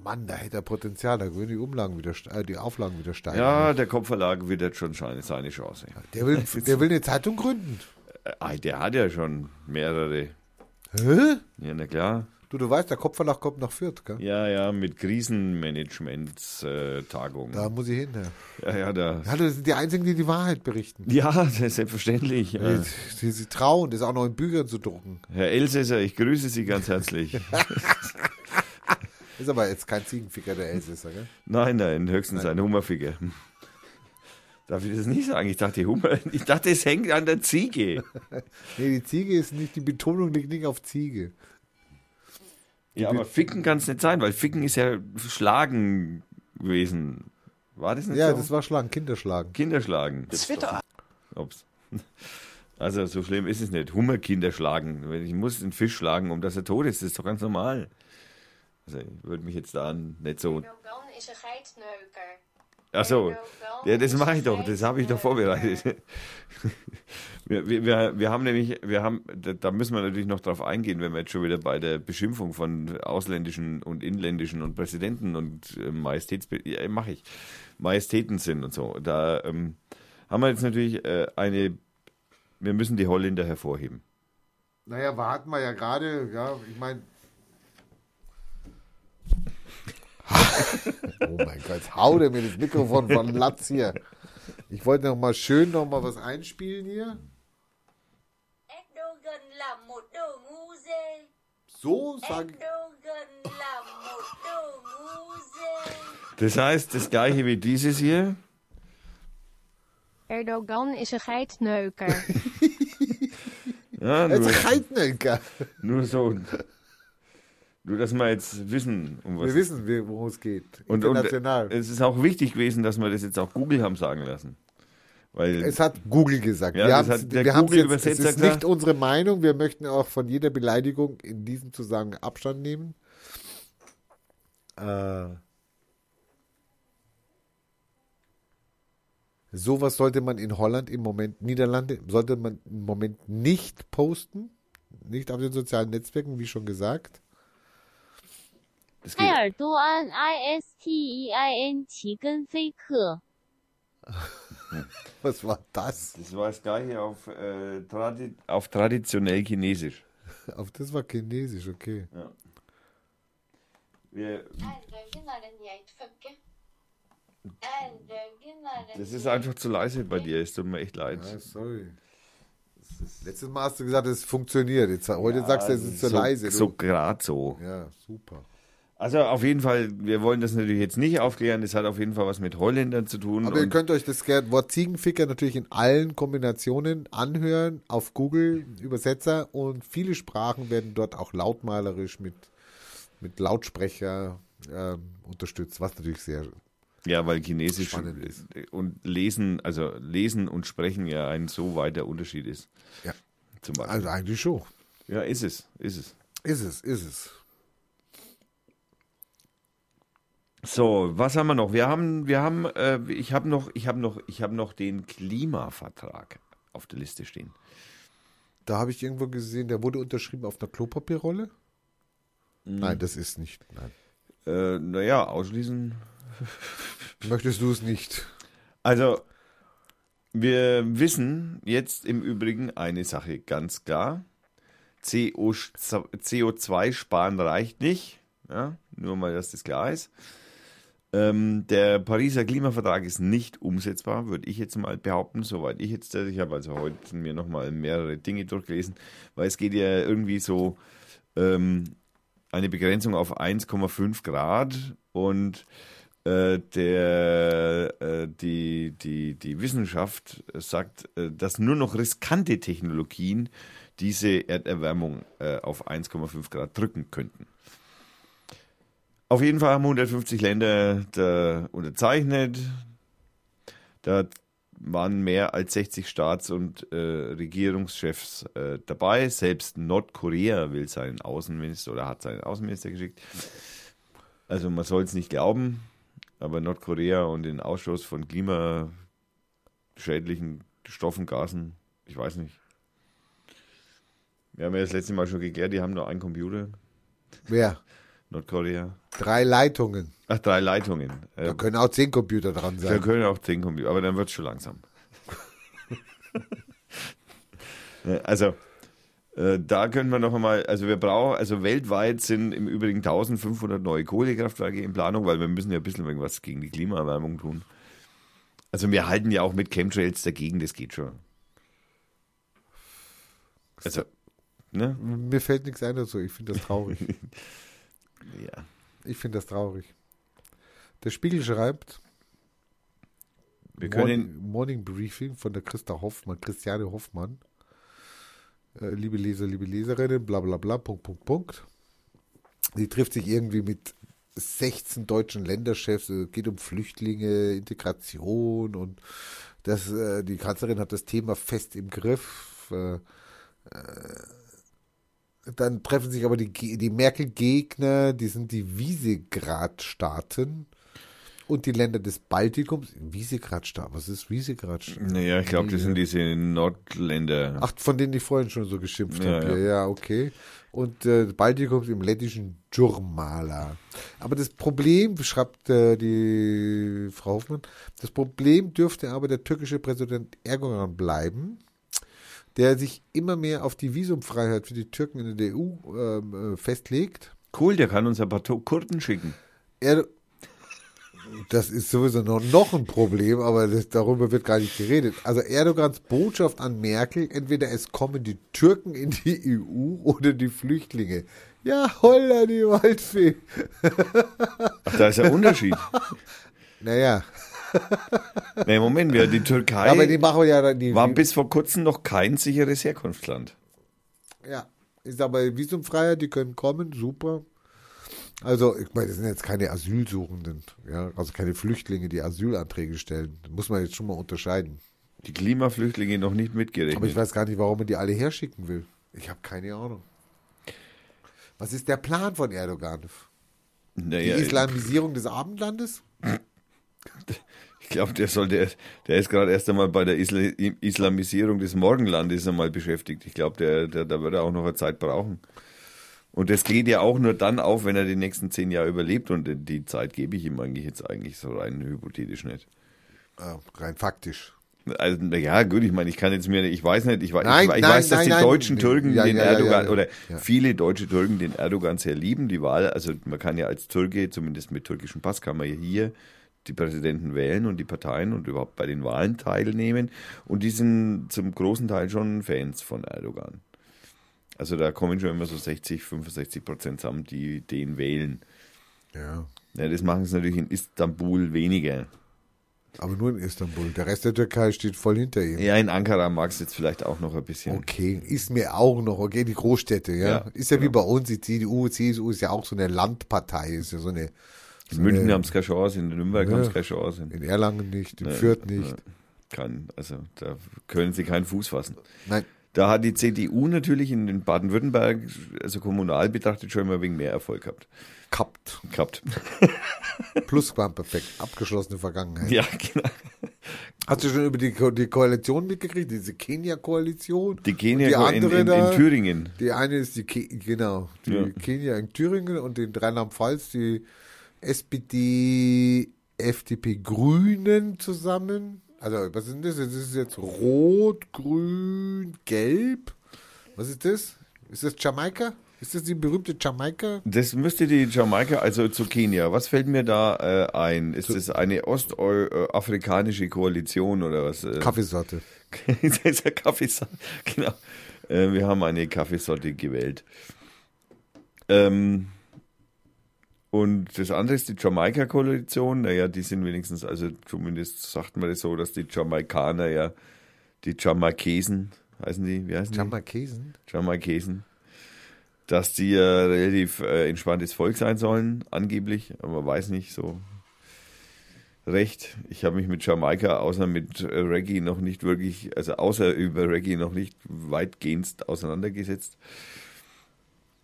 S2: Mann, da hätte er Potenzial, da würden die Umlagen wieder, ste- äh, die Auflagen wieder steigen.
S1: Ja, der Kopfverlag wird jetzt schon seine seine Chance.
S2: Der will, der will eine Zeitung gründen.
S1: Äh, ah, der hat ja schon mehrere.
S2: Hä?
S1: Ja, na klar.
S2: Du, du weißt, der Kopfverlag kommt nach Fürth, gell?
S1: Ja, ja, mit Krisenmanagement-Tagung.
S2: Da muss ich hin. Ja.
S1: ja, ja, da.
S2: Hallo, das sind die Einzigen, die die Wahrheit berichten.
S1: Ja, selbstverständlich. Ja.
S2: Die, die sie trauen, das auch noch in Büchern zu drucken.
S1: Herr Elsässer, ich grüße Sie ganz herzlich.
S2: Ist aber jetzt kein Ziegenficker, der Elsässer, gell?
S1: Nein, nein, höchstens ein Hummerficker. Darf ich das nicht sagen? Ich dachte, Hummer, ich dachte, es hängt an der Ziege.
S2: Nee, die Ziege ist nicht, die Betonung liegt nicht auf Ziege.
S1: Ja, aber ficken kann es nicht sein, weil ficken ist ja schlagen gewesen. War das nicht
S2: Ja,
S1: so?
S2: das war Schlagen, Kinderschlagen.
S1: Kinderschlagen.
S4: Twitter.
S1: Ups. Also so schlimm ist es nicht. Hummerkinder schlagen. Ich muss den Fisch schlagen, um dass er tot ist. Das ist doch ganz normal. Also ich würde mich jetzt da nicht so...
S5: Logan is een geitsneuker.
S1: Ach so. Ja, das mache ich doch. Das habe ich doch vorbereitet. Wir, wir- wir, wir haben nämlich, wir haben, da- da müssen wir natürlich noch drauf eingehen, wenn wir jetzt schon wieder bei der Beschimpfung von ausländischen und inländischen und Präsidenten und äh, Majestäts, ja, mache ich, Majestäten sind und so. Da ähm, haben wir jetzt natürlich äh, eine, wir müssen die Holländer hervorheben.
S2: Naja, wir hatten wir ja gerade, ja, ich meine. oh mein Gott, jetzt hau der mir das Mikrofon von Latz hier. Ich wollte noch mal schön noch mal was einspielen hier.
S5: Erdogan là một đồ ngu dê.
S2: So sage ich.
S5: Erdogan là một đồ ngu dê.
S1: Das heißt, das gleiche wie dieses hier.
S5: Erdogan is een geitsneuker.
S1: Ja, nur,
S2: Als Reitnelker.
S1: nur so. Nur, dass wir jetzt wissen, um was
S2: Wir wissen, wie- worum es geht.
S1: Und, und
S2: International.
S1: es ist auch wichtig gewesen, dass wir das jetzt auch Google haben sagen lassen. Weil
S2: es hat Google gesagt.
S1: Ja,
S2: wir
S1: das
S2: haben's-
S1: hat der
S2: wir haben's jetzt, es
S1: Google-Übersetzer
S2: ist
S1: gesagt.
S2: nicht unsere Meinung. Wir möchten auch von jeder Beleidigung in diesem Zusammenhang Abstand nehmen. Äh, sowas sollte man in Holland im Moment, Niederlande, sollte man im Moment nicht posten. Nicht auf den sozialen Netzwerken, wie schon gesagt.
S1: es geht,
S7: 埃尔多安 （ISTEIN） 齐根菲克。
S2: Was war das?
S1: das war das gleiche auf, äh, tradi auf traditionell Chinesisch.
S2: Auf das war Chinesisch, okay.
S1: Wir,
S5: Erdogan naar een jeitfukke. Erdogan naar een
S1: das ist einfach zu leise bei dir, es tut mir echt leid.
S2: Ja, sorry. Letztes Mal hast du gesagt, es funktioniert. Jetzt, heute sagst du, es ist zu
S1: so,
S2: leise. du.
S1: So grad so.
S2: Ja, super.
S1: Also auf jeden Fall, wir wollen das natürlich jetzt nicht aufklären, das hat auf jeden Fall was mit Holländern zu tun.
S2: Aber ihr
S1: und-
S2: könnt euch das Ger- Wort Ziegenficker natürlich in allen Kombinationen anhören auf Google Übersetzer und viele Sprachen werden dort auch lautmalerisch mit, mit Lautsprecher ähm, unterstützt, was natürlich sehr.
S1: Ja, weil Chinesisch
S2: Spannend ist.
S1: und Lesen, also Lesen und Sprechen ja ein so weiter Unterschied ist.
S2: Ja.
S1: Zum Beispiel.
S2: Also eigentlich schon.
S1: ja, ist es, ist es.
S2: Ist es, ist es.
S1: So, was haben wir noch? Wir haben, wir haben, äh, ich habe noch, ich habe noch, ich habe noch den Klimavertrag auf der Liste stehen.
S2: Da habe ich irgendwo gesehen, der wurde unterschrieben auf einer Klopapierrolle.
S1: Mhm.
S2: Nein, das ist nicht. Nein.
S1: Äh, naja, ausschließen.
S2: Möchtest du es nicht?
S1: Also, wir wissen jetzt im Übrigen eine Sache ganz klar. CO, CO2 sparen reicht nicht. Ja, nur mal, dass das klar ist. Ähm, der Pariser Klimavertrag ist nicht umsetzbar, würde ich jetzt mal behaupten, soweit ich jetzt das. Ich habe also heute mir nochmal mehrere Dinge durchgelesen, weil es geht ja irgendwie so ähm, eine Begrenzung auf 1,5 Grad und äh, der, äh, die, die, die Wissenschaft sagt, äh, dass nur noch riskante Technologien diese Erderwärmung äh, auf 1,5 Grad drücken könnten. Auf jeden Fall haben 150 Länder da unterzeichnet. Da waren mehr als 60 Staats- und äh, Regierungschefs äh, dabei. Selbst Nordkorea will seinen Außenminister oder hat seinen Außenminister geschickt. Also man soll es nicht glauben, aber Nordkorea und den Ausstoß von klimaschädlichen Stoffen, Gasen, ich weiß nicht. Wir haben ja das letzte Mal schon geklärt, die haben nur einen Computer,
S2: Wer?
S1: Nordkorea.
S2: Drei Leitungen.
S1: Ach, drei Leitungen. Äh,
S2: Da können auch zehn Computer dran
S1: wir
S2: sein.
S1: können auch zehn Computer, aber dann wird es schon langsam. Ne, also, äh, da können wir noch einmal, also wir brauchen, also weltweit sind im Übrigen 1500 neue Kohlekraftwerke in Planung, weil wir müssen ja ein bisschen irgendwas gegen die Klimaerwärmung tun. Also wir halten ja auch mit Chemtrails dagegen, das geht schon. Also, ne?
S2: Mir fällt nichts ein dazu. Ich finde das traurig.
S1: Ja.
S2: Ich finde das traurig. Der Spiegel schreibt,
S1: Wir können,
S2: Morning, Morning Briefing von der Christa Hoffmann, Christiane Hoffmann. Äh, liebe Leser, liebe Leserinnen, bla bla bla, Punkt, Punkt, Punkt. Sie trifft sich irgendwie mit 16 deutschen Länderchefs. Es geht um Flüchtlinge, Integration und das, äh, die Kanzlerin hat das Thema fest im Griff. Äh, äh, dann treffen sich aber die, Ge- die Merkel-Gegner, die sind die Visegrad-Staaten und die Länder des Baltikums. Visegrad-Staat, was ist Visegrad-Staat?
S1: naja, ich glaube, das sind diese Nordländer.
S2: Ach, von denen ich vorhin schon so geschimpft
S1: Ja,
S2: habe.
S1: ja.
S2: Ja. ja, okay. Und äh, Baltikum ist im lettischen Djurmala. Aber das Problem, schreibt äh, die Frau Hoffmann, das Problem dürfte aber der türkische Präsident Erdogan bleiben, der sich immer mehr auf die Visumfreiheit für die Türken in der EU ähm, äh, festlegt.
S1: Cool, der kann uns ein paar Tu- Kurden schicken.
S2: Er, das ist sowieso noch, noch ein Problem, aber das, darüber wird gar nicht geredet. Also Erdogans Botschaft an Merkel, entweder es kommen die Türken in die EU oder die Flüchtlinge. Ja, holla die Waldfee.
S1: Ach, da ist ein Unterschied.
S2: Naja,
S1: Nee, Moment, wir, die Türkei
S2: aber die machen ja dann die...
S1: war bis vor kurzem noch kein sicheres Herkunftsland.
S2: ja, ist aber Visumfreiheit, die können kommen, super. Also, ich meine, das sind jetzt keine Asylsuchenden, ja, also keine Flüchtlinge, die Asylanträge stellen. Das muss man jetzt schon mal unterscheiden.
S1: Die Klimaflüchtlinge noch nicht mitgerechnet.
S2: Aber ich weiß gar nicht, warum man die alle herschicken will. Ich habe keine Ahnung. Was ist der Plan von Erdogan? Die
S1: naja,
S2: Islamisierung des Abendlandes?
S1: ich glaube, der sollte, der ist gerade erst einmal bei der Isla Islamisierung des Morgenlandes einmal beschäftigt. Ich glaube, der, der, da wird er auch noch eine Zeit brauchen. Und das geht ja auch nur dann auf, wenn er die nächsten zehn Jahre überlebt. Und die Zeit gebe ich ihm eigentlich jetzt eigentlich so rein hypothetisch nicht.
S2: Ah, rein faktisch.
S1: Also, na ja, gut, ich meine, ich kann jetzt mir, ich weiß nicht, ich weiß,
S2: Nein,
S1: ich, ich
S2: nein,
S1: weiß, dass
S2: nein,
S1: die
S2: nein.
S1: deutschen Türken
S2: Ja,
S1: den
S2: ja, ja,
S1: Erdogan
S2: ja.
S1: oder
S2: Ja.
S1: viele deutsche Türken den Erdogan sehr lieben, die Wahl. Also man kann ja als Türke, zumindest mit türkischem Pass, kann man ja hier die Präsidenten wählen und die Parteien und überhaupt bei den Wahlen teilnehmen. Und die sind zum großen Teil schon Fans von Erdogan. Also da kommen schon immer so 60, 65 Prozent zusammen, die den wählen.
S2: Ja.
S1: Ja, das machen es natürlich in Istanbul weniger.
S2: Aber nur in Istanbul. Der Rest der Türkei steht voll hinter ihm.
S1: Ja, in Ankara mag es jetzt vielleicht auch noch ein bisschen.
S2: Okay, ist mir auch noch, okay, die Großstädte, ja.
S1: Ja,
S2: ist ja wie bei uns, die CDU, CSU ist ja auch so eine Landpartei, ist ja so eine,
S1: In München haben es keine Chance, in Nürnberg haben es
S2: Ja.
S1: keine Chance.
S2: in Erlangen nicht, in Fürth nicht.
S1: Kann, also da können sie keinen Fuß fassen.
S2: Nein,
S1: Da hat die CDU natürlich in den Baden-Württemberg, also kommunal betrachtet, schon immer wegen mehr Erfolg gehabt.
S2: kappt.
S1: gehabt.
S2: Plusquamperfekt, abgeschlossene Vergangenheit.
S1: Ja, genau.
S2: Hast du schon über die, Ko die Koalition mitgekriegt? Diese Kenia-Koalition?
S1: Die
S2: Und
S1: Kenia in,
S2: andere
S1: in, in
S2: da-
S1: Thüringen.
S2: Die eine ist die, Ke genau, die
S1: Ja.
S2: Kenia in Thüringen und in Rheinland-Pfalz die SPD, FDP, Grünen zusammen. Also, was ist denn das? Das ist jetzt rot, grün, gelb. Was ist das? Ist das Jamaika? Ist das die berühmte Jamaika?
S1: Das müsste die Jamaika, also zu Kenia. Was fällt mir da äh, ein? Ist das eine ostafrikanische Koalition oder was? Äh,
S2: Kaffeesorte.
S1: das ist ja Kaffeesorte. Genau. Äh, wir haben eine Kaffeesorte gewählt. Ähm, und das andere ist die Jamaika-Koalition. Naja, die sind wenigstens, also zumindest sagt man das so, dass die Jamaikaner ja, die Jamaikesen, heißen die, wie heißen die?
S2: Jamaikesen?
S1: Jamaikesen, dass die äh, relativ äh, entspanntes Volk sein sollen, angeblich, aber man weiß nicht so recht. Ich habe mich mit Jamaika außer mit äh, Reggae noch nicht wirklich, also außer über Reggae noch nicht weitgehend auseinandergesetzt.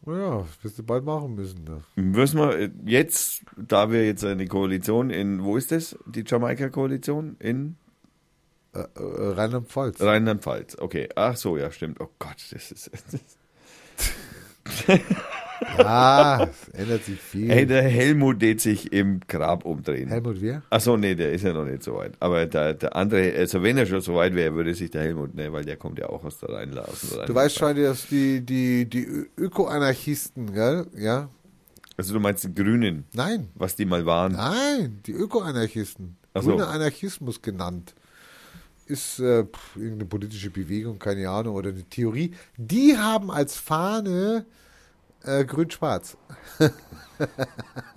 S2: Ja, das wirst du bald machen müssen. Ne?
S1: Müssen wir äh, jetzt, da wir jetzt eine Koalition in, wo ist das? Die Jamaika-Koalition in
S2: Äh, äh, Rheinland-Pfalz.
S1: Rheinland-Pfalz. Okay, ach so, ja, stimmt. Oh Gott, das ist. Das ist
S2: ah, es ändert sich viel.
S1: hey, der Helmut lädt sich im Grab umdrehen.
S2: Helmut, wer?
S1: Achso, nee, der ist ja noch nicht so weit. Aber der, der andere, also wenn er schon so weit wäre, würde sich der Helmut, ne, weil der kommt ja auch aus der Rheinla- aus dem Rheinland.
S2: Du weißt schon, dass die, die, die Ö- Öko-Anarchisten, gell? Ja?
S1: Also du meinst die Grünen,
S2: Nein,
S1: was die mal waren.
S2: Ah, nein, die Öko-Anarchisten.
S1: Ach so.
S2: Grüner Anarchismus genannt. Ist äh, pf, irgendeine politische Bewegung, keine Ahnung, oder eine Theorie. Die haben als Fahne äh, grün-schwarz.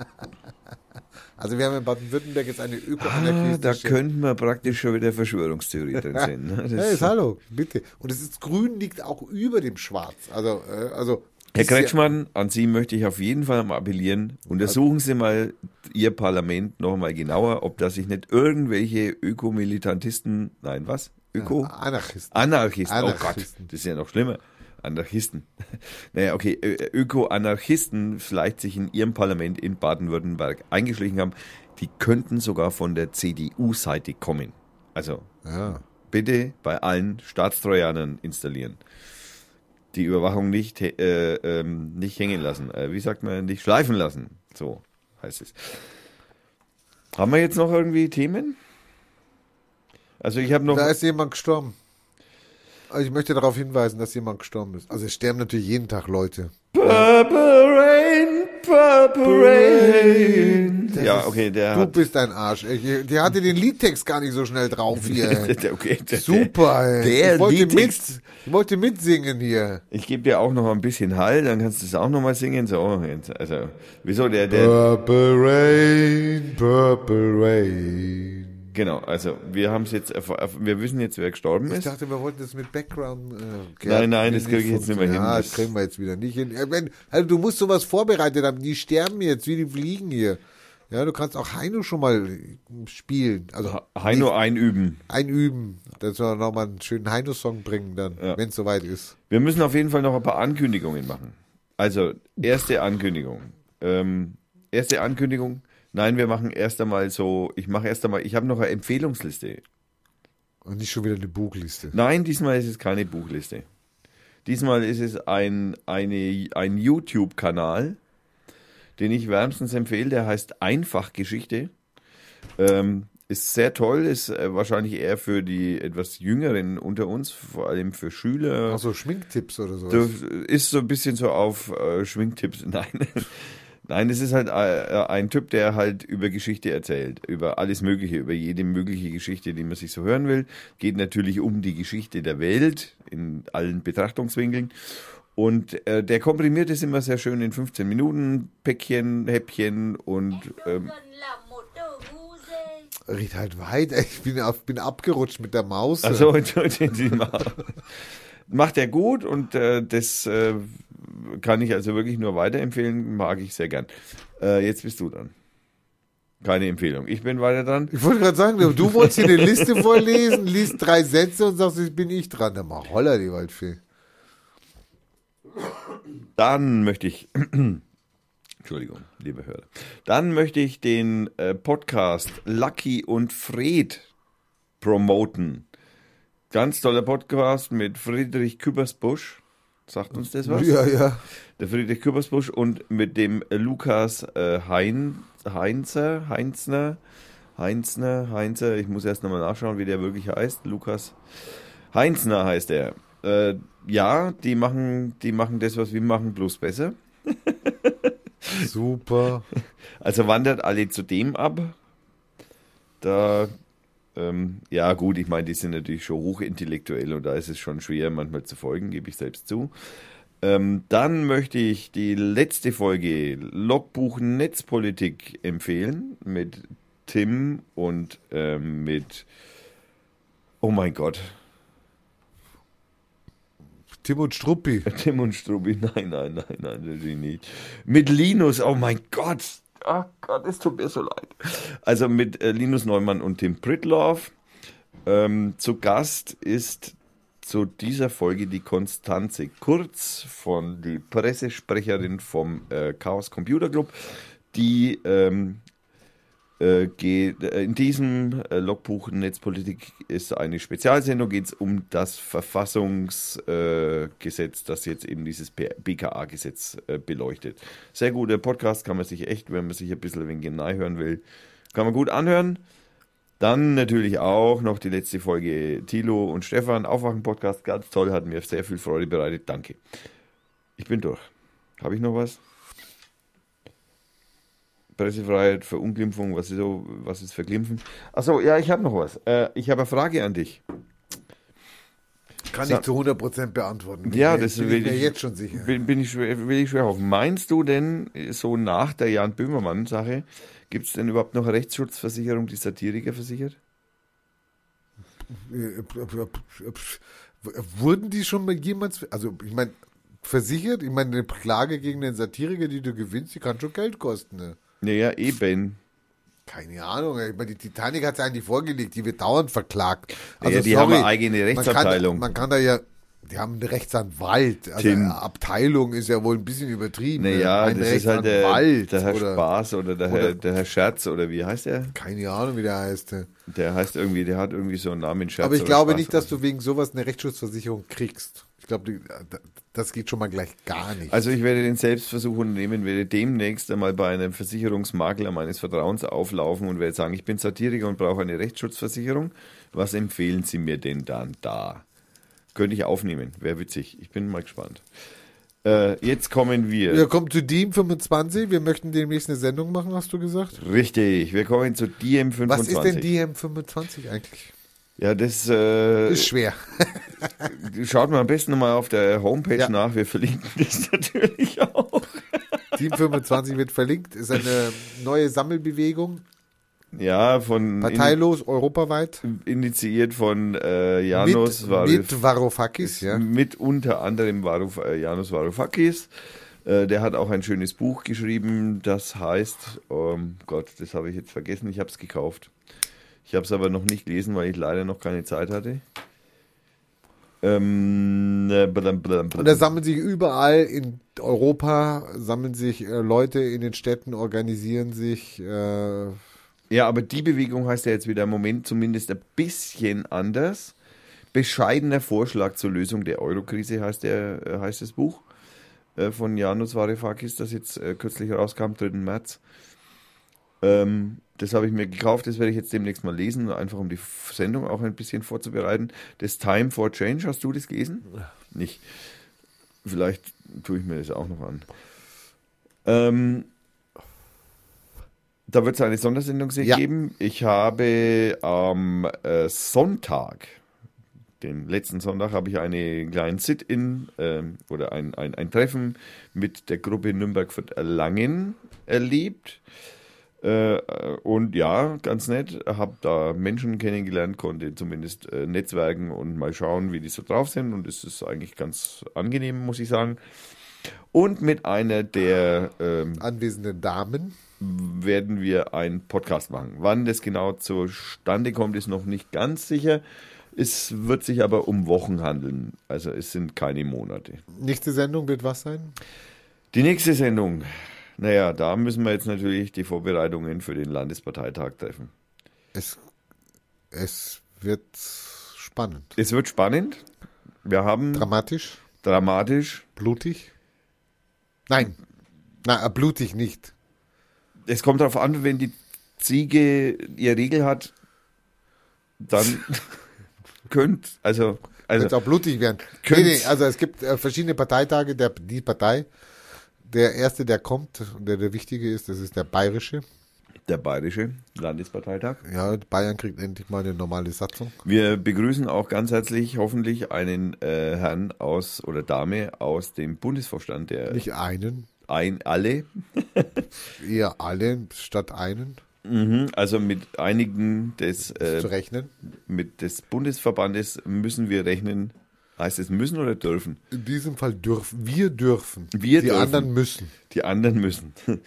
S2: also wir haben in Baden-Württemberg jetzt eine
S1: Ah,
S2: Öko-anarchistische...
S1: da könnten wir praktisch schon wieder Verschwörungstheorie drin sehen. Ne?
S2: Hey,
S1: Das,
S2: ist, hallo, bitte. Und es ist grün liegt auch über dem Schwarz. Also, äh, also
S1: Herr
S2: ist ja-
S1: Kretschmann, an Sie möchte ich auf jeden Fall mal appellieren. Untersuchen Sie mal Ihr Parlament nochmal genauer, ob da sich nicht irgendwelche Ökomilitantisten, nein, was? Öko?
S2: Anarchisten.
S1: Anarchisten. Oh
S2: Anarchisten.
S1: Gott, das ist ja noch schlimmer. Anarchisten. Naja, okay, Ö- Öko-Anarchisten vielleicht sich in ihrem Parlament in Baden-Württemberg eingeschlichen haben, die könnten sogar von der CDU-Seite kommen. Also
S2: Ja.
S1: bitte bei allen Staatstrojanern installieren. Die Überwachung nicht, äh, ähm, nicht hängen lassen. Äh, wie sagt man, nicht schleifen lassen. So heißt es. Haben wir jetzt noch irgendwie Themen? Also ich habe noch...
S2: Da ist jemand gestorben. Also Ich möchte darauf hinweisen, dass jemand gestorben ist. Also es sterben natürlich jeden Tag Leute.
S1: Purple Rain, Purple Rain. Ja, okay, der
S2: Du
S1: hat.
S2: bist ein Arsch. Ich, die hatte den Liedtext gar nicht so schnell drauf hier.
S1: Der, okay, der, Der,
S2: Super, ey.
S1: der
S2: ich, wollte
S1: Liedtext.
S2: mit, ich wollte mitsingen hier.
S1: ich gebe dir auch noch ein bisschen Hall, dann kannst du es auch noch mal singen. So, jetzt, also, wieso der, der,
S2: Purple Rain, Purple Rain.
S1: genau, also, wir haben es jetzt, erf- erf- wir wissen jetzt, wer gestorben
S2: Ich
S1: ist.
S2: dachte, wir wollten das mit Background. Äh,
S1: Nein, nein, das
S2: Gerhard,
S1: krieg ich jetzt nicht mehr hin.
S2: Ja, das
S1: Das-
S2: kriegen wir jetzt wieder nicht hin. Äh, Wenn, also du musst sowas vorbereitet haben. Die sterben jetzt, wie die fliegen hier. Ja, du kannst auch Heino schon mal spielen. Also
S1: Heino einüben.
S2: einüben, dass wir nochmal einen schönen Heino-Song bringen dann, wenn's wenn es soweit ist.
S1: Wir müssen auf jeden Fall noch ein paar Ankündigungen machen. Also, erste Ankündigung. Ähm, erste Ankündigung. Nein, wir machen erst einmal so, ich mache erst einmal, ich habe noch eine Empfehlungsliste.
S2: Und nicht schon wieder eine Buchliste.
S1: Nein, diesmal ist es keine Buchliste. Diesmal ist es ein, eine, ein YouTube-Kanal, den ich wärmstens empfehle. Der heißt Einfachgeschichte. Ähm, ist sehr toll, ist äh, wahrscheinlich eher für die etwas Jüngeren unter uns, vor allem für Schüler.
S2: Also Schminktipps oder sowas.
S1: Das ist so ein bisschen so auf äh, Schminktipps. Nein. Nein, es ist halt äh, ein Typ, der halt über Geschichte erzählt, über alles Mögliche, über jede mögliche Geschichte, die man sich so hören will. Geht natürlich um die Geschichte der Welt in allen Betrachtungswinkeln. Und äh, der komprimiert es immer sehr schön in 15 Minuten, Päckchen, Häppchen und ähm,
S5: Con là một đồ ngu dê
S2: Red halt weiter. Ich bin, auf, bin abgerutscht mit der Maus.
S1: Also macht er gut und äh, das äh, kann ich also wirklich nur weiterempfehlen, mag ich sehr gern. Äh, jetzt bist du dran. Keine Empfehlung. Ich bin weiter dran.
S2: Ich wollte gerade sagen, du wolltest hier eine Liste vorlesen, liest drei Sätze und sagst, jetzt bin ich dran. Dann mal holler die Waldfee.
S1: Dann möchte ich, Entschuldigung, liebe Hörer, dann möchte ich den äh, Podcast Lucky und Fred promoten. Ganz toller Podcast mit Friedrich Küppersbusch. Sagt uns das was?
S2: Ja, ja.
S1: Der Friedrich Küppersbusch und mit dem Lukas äh, Hein, Heinzer, Heinzner, Heinzner, Heinzer, ich muss erst nochmal nachschauen, wie der wirklich heißt. Lukas Heinzner heißt er. Äh, ja, die machen, die machen das, was wir machen, bloß besser.
S2: Super.
S1: Also wandert alle zu dem ab. Da, ähm, ja gut, ich meine, die sind natürlich schon hochintellektuell und da ist es schon schwer, manchmal zu folgen, gebe ich selbst zu. Ähm, dann möchte ich die letzte Folge Logbuch Netzpolitik empfehlen mit Tim und ähm, mit, oh mein Gott,
S2: Tim und Struppi.
S1: Tim und Struppi, nein, nein, nein, nein, natürlich nicht. Mit Linus, oh mein Gott. Oh Gott, es tut mir so leid. Also mit äh, Linus Neumann und Tim Pritloff. Ähm, zu Gast ist zu dieser Folge die Konstanze Kurz von die Pressesprecherin vom äh, Chaos Computer Club, die ähm, äh, geht, äh, in diesem äh, Logbuch Netzpolitik ist eine Spezialsendung, geht es um das Verfassungsgesetz, äh, Gesetz, das jetzt eben dieses BKA-Gesetz äh, beleuchtet. Sehr guter Podcast, kann man sich echt, wenn man sich ein bisschen wegen Genei hören will, kann man gut anhören. Dann natürlich auch noch die letzte Folge Thilo und Stefan, Aufwachen-Podcast, ganz toll, hat mir sehr viel Freude bereitet, danke. Ich bin durch. Habe ich noch was? Pressefreiheit, Verunglimpfung, was ist, so, was ist Verglimpfen? Achso, ja, ich habe noch was. Äh, ich habe eine Frage an dich.
S2: Kann
S1: So.
S2: ich zu 100% beantworten. Bin
S1: Ja,
S2: mir-
S1: das
S2: bin
S1: will
S2: ich mir
S1: ich-
S2: jetzt schon sicher.
S1: Bin, bin ich schwer, will ich schwer hoffen. Meinst du denn, so nach der Jan Böhmermann-Sache, gibt es denn überhaupt noch eine Rechtsschutzversicherung, die Satiriker versichert?
S2: Äh, Wurden die schon mal jemals, also ich meine, versichert? Ich meine, eine Klage gegen den Satiriker, die du gewinnst, die kann schon Geld kosten. Ne?
S1: Naja, eben.
S2: Keine Ahnung, ey. ich meine, die Titanic hat es eigentlich vorgelegt, die wird dauernd verklagt. Also,
S1: Ja, die haben
S2: sorry,
S1: eine eigene Rechtsabteilung.
S2: Man kann, man kann da ja, die haben einen Rechtsanwalt. Also
S1: Tim.
S2: eine Abteilung ist ja wohl ein bisschen übertrieben. ne?
S1: Naja,
S2: Ein
S1: das ist halt der,
S2: Rechtsanwalt
S1: der Herr
S2: oder,
S1: Spaß oder der, Herr,
S2: oder-
S1: der Herr Scherz oder wie heißt er?
S2: keine Ahnung, wie der heißt. ne?
S1: Der heißt irgendwie, der hat irgendwie so einen Namen Scherz.
S2: Aber ich
S1: oder
S2: glaube
S1: Spaß
S2: nicht, dass du wegen sowas eine Rechtsschutzversicherung kriegst. Ich glaube, die- äh, das geht schon mal gleich gar nicht.
S1: Also ich werde den Selbstversuch unternehmen, werde demnächst einmal bei einem Versicherungsmakler meines Vertrauens auflaufen und werde sagen, ich bin Satiriker und brauche eine Rechtsschutzversicherung. Was empfehlen Sie mir denn dann da? Könnte ich aufnehmen, wäre witzig. Ich bin mal gespannt. Äh, jetzt kommen wir.
S2: Wir kommen zu DIEM 25. Wir möchten demnächst eine Sendung machen, hast du gesagt?
S1: Richtig, wir kommen zu DM25.
S2: Was ist denn DIEM 25 eigentlich?
S1: Ja, das äh,
S2: Ist schwer.
S1: schaut mal am besten nochmal auf der Homepage
S2: Ja.
S1: nach. Wir verlinken das natürlich auch.
S2: DIEM 25 wird verlinkt. Ist eine neue Sammelbewegung.
S1: Ja, von
S2: Parteilos, europaweit.
S1: in, initiiert von äh,
S2: Mit,
S1: Janos Varif-
S2: mit Varoufakis, ja.
S1: mit unter anderem Varouf, äh, Janus Varoufakis. Äh, der hat auch ein schönes Buch geschrieben, das heißt, ähm, Gott, das habe ich jetzt vergessen, ich habe es gekauft. Ich habe es aber noch nicht gelesen, weil ich leider noch keine Zeit hatte. Ähm, äh, blam, blam, blam.
S2: Und da sammeln sich überall in Europa, sammeln sich äh, Leute in den Städten, organisieren sich. Äh,
S1: ja, aber die Bewegung heißt ja jetzt wieder im Moment zumindest ein bisschen anders. Bescheidener Vorschlag zur Lösung der Eurokrise heißt, der, äh, heißt das Buch äh, von Janus Varoufakis, das jetzt äh, kürzlich rauskam, 3. März. Ähm, das habe ich mir gekauft, das werde ich jetzt demnächst mal lesen, einfach um die F- Sendung auch ein bisschen vorzubereiten. Das Time for Change, hast du das gelesen? Nicht. Vielleicht tue ich mir das auch noch an. Ähm, da wird es eine Sondersendung sehr
S2: Ja.
S1: geben. Ich habe am äh, Sonntag, den letzten Sonntag, habe ich einen kleinen Sit-In ähm, oder ein, ein, ein Treffen mit der Gruppe Nürnberg-Fürth-Erlangen erlebt. Äh, äh, und ja, ganz nett. Habe da Menschen kennengelernt, konnte zumindest äh, netzwerken und mal schauen, wie die so drauf sind. Und es ist eigentlich ganz angenehm, muss ich sagen. Und mit einer der ähm,
S2: anwesenden Damen.
S1: werden wir einen Podcast machen. Wann das genau zustande kommt, ist noch nicht ganz sicher. Es wird sich aber um Wochen handeln. Also es sind keine Monate.
S2: Nächste Sendung wird was sein?
S1: Die nächste Sendung. Naja, da müssen wir jetzt natürlich die Vorbereitungen für den Landesparteitag treffen.
S2: Es, es wird spannend.
S1: Es wird spannend. Wir haben
S2: Dramatisch,
S1: dramatisch.
S2: blutig. Nein, na, äh, blutig nicht.
S1: Es kommt darauf an, wenn die Ziege ihr Regel hat, dann könnt, also, also
S2: Könnte auch blutig werden. Nee,
S1: Könnt's-
S2: nee, also es gibt äh, verschiedene Parteitage, der, die Partei. Der erste, der kommt und der der wichtige ist, das ist der bayerische.
S1: der Bayerische Landesparteitag.
S2: Ja, Bayern kriegt endlich mal eine normale Satzung.
S1: Wir begrüßen auch ganz herzlich hoffentlich einen äh, Herrn aus oder Dame aus dem Bundesvorstand, der
S2: Nicht einen,
S1: ein alle,
S2: eher alle statt einen
S1: mhm, also mit einigen des,
S2: zu
S1: äh,
S2: rechnen.
S1: mit des Bundesverbandes müssen wir rechnen. Heißt es müssen oder dürfen?
S2: In diesem Fall dürfen wir dürfen.
S1: Wir
S2: die
S1: dürfen.
S2: anderen müssen.
S1: Die anderen müssen.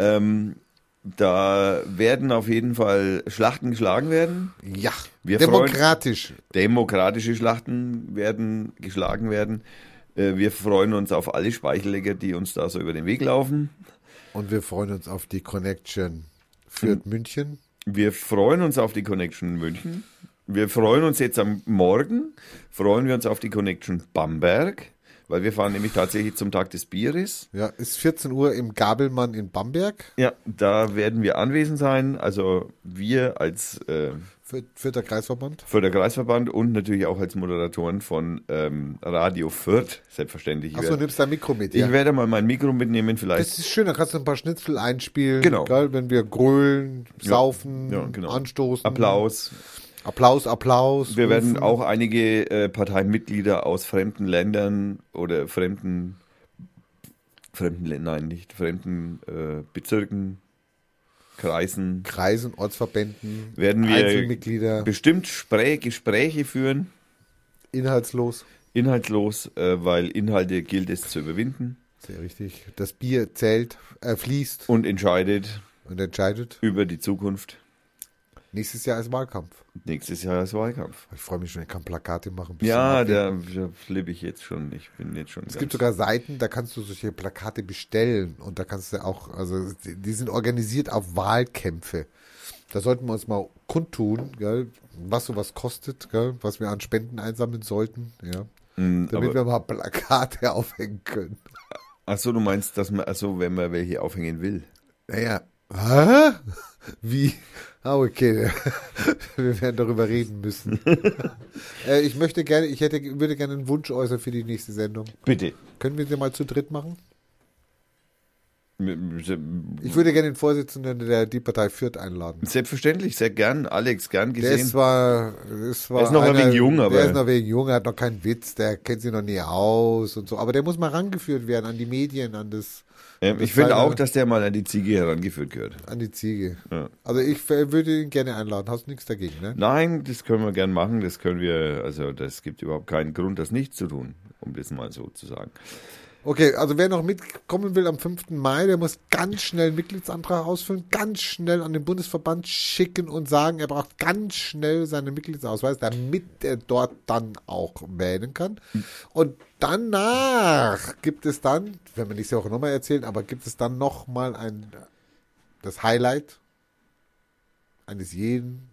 S1: ähm, da werden auf jeden Fall Schlachten geschlagen werden.
S2: Ja,
S1: Wir
S2: demokratisch.
S1: Demokratische Schlachten werden geschlagen werden. Äh, Wir freuen uns auf alle Speichellecker, die uns da so über den Weg laufen.
S2: Und wir freuen uns auf die Connection Fürth
S1: Mhm.
S2: München.
S1: Wir freuen uns auf die Connection München. Wir freuen uns jetzt am Morgen. Freuen wir uns auf die Connection Bamberg, weil wir fahren nämlich tatsächlich zum Tag des Bieres.
S2: Ja, ist 14 Uhr im Gabelmann in Bamberg.
S1: Ja, da werden wir anwesend sein. Also wir als äh,
S2: Für, für der Kreisverband.
S1: Förderkreisverband und natürlich auch als Moderatoren von ähm, Radio Fürth, selbstverständlich. Ich
S2: Achso,
S1: werde,
S2: nimmst dein Mikro mit.
S1: ich
S2: Ja.
S1: werde mal mein Mikro mitnehmen, vielleicht.
S2: Das ist schön, da kannst du ein paar Schnitzel einspielen.
S1: Genau.
S2: Geil, wenn wir grölen, saufen,
S1: Ja, genau.
S2: anstoßen.
S1: Applaus.
S2: Applaus, Applaus.
S1: Wir werden
S2: rufen.
S1: auch einige äh, Parteimitglieder aus fremden Ländern oder fremden, fremden Lä- nein, nicht fremden äh, Bezirken, Kreisen,
S2: Kreisen, Ortsverbänden,
S1: werden wir
S2: Einzelmitglieder,
S1: bestimmt Sprä Gespräche führen,
S2: inhaltslos.
S1: inhaltslos, äh, weil Inhalte gilt es zu überwinden
S2: Sehr richtig. Das Bier zählt, äh, fließt
S1: und entscheidet
S2: und entscheidet.
S1: über die Zukunft.
S2: Nächstes Jahr ist Wahlkampf.
S1: Nächstes Jahr ist Wahlkampf.
S2: Ich freue mich schon, ich kann Plakate machen. ein bisschen
S1: Ja,
S2: abwinken.
S1: da, da flippe ich jetzt schon. Ich bin jetzt schon.
S2: Es gibt sogar Seiten, da kannst du solche Plakate bestellen und da kannst du auch, also die die sind organisiert auf Wahlkämpfe. Da sollten wir uns mal kundtun, gell, was sowas kostet, gell, was wir an Spenden einsammeln sollten, ja, damit
S1: aber-
S2: wir mal Plakate aufhängen können.
S1: Achso, du meinst, dass man, also wenn man welche aufhängen will.
S2: Naja, hä? Wie? Ah, okay, wir werden darüber reden müssen. äh, ich möchte gerne, ich hätte, würde gerne einen Wunsch äußern für die nächste Sendung.
S1: Bitte.
S2: Können wir sie mal zu dritt machen?
S1: M-
S2: Ich würde gerne den Vorsitzenden der Die Partei Fürth einladen.
S1: Selbstverständlich, sehr gern, Alex, gern
S2: Der ist
S1: gesehen.
S2: zwar, ist zwar
S1: Der ist noch ein wenig jung, aber-
S2: Der ist noch wegen jung, hat noch keinen Witz, der kennt sich noch nie aus und so. Aber der muss mal rangeführt werden an die Medien, an das,
S1: Ähm, ich
S2: das
S1: finde
S2: war
S1: auch,
S2: der-
S1: dass der mal an die Ziege herangeführt gehört.
S2: an die Ziege.
S1: Ja.
S2: Also ich äh, würde ihn gerne einladen. Hast du nichts dagegen, ne?
S1: Nein, das können wir gern machen, das können wir, also das gibt überhaupt keinen Grund, das nicht zu tun, um das mal so zu sagen.
S2: Okay, also wer noch mitkommen will am 5. Mai, der muss ganz schnell einen Mitgliedsantrag ausfüllen, ganz schnell an den Bundesverband schicken und sagen, er braucht ganz schnell seinen Mitgliedsausweis, damit er dort dann auch wählen kann. Und danach gibt es dann, wenn wir nächste Woche nochmal erzählen, aber gibt es dann nochmal ein, das Highlight eines jeden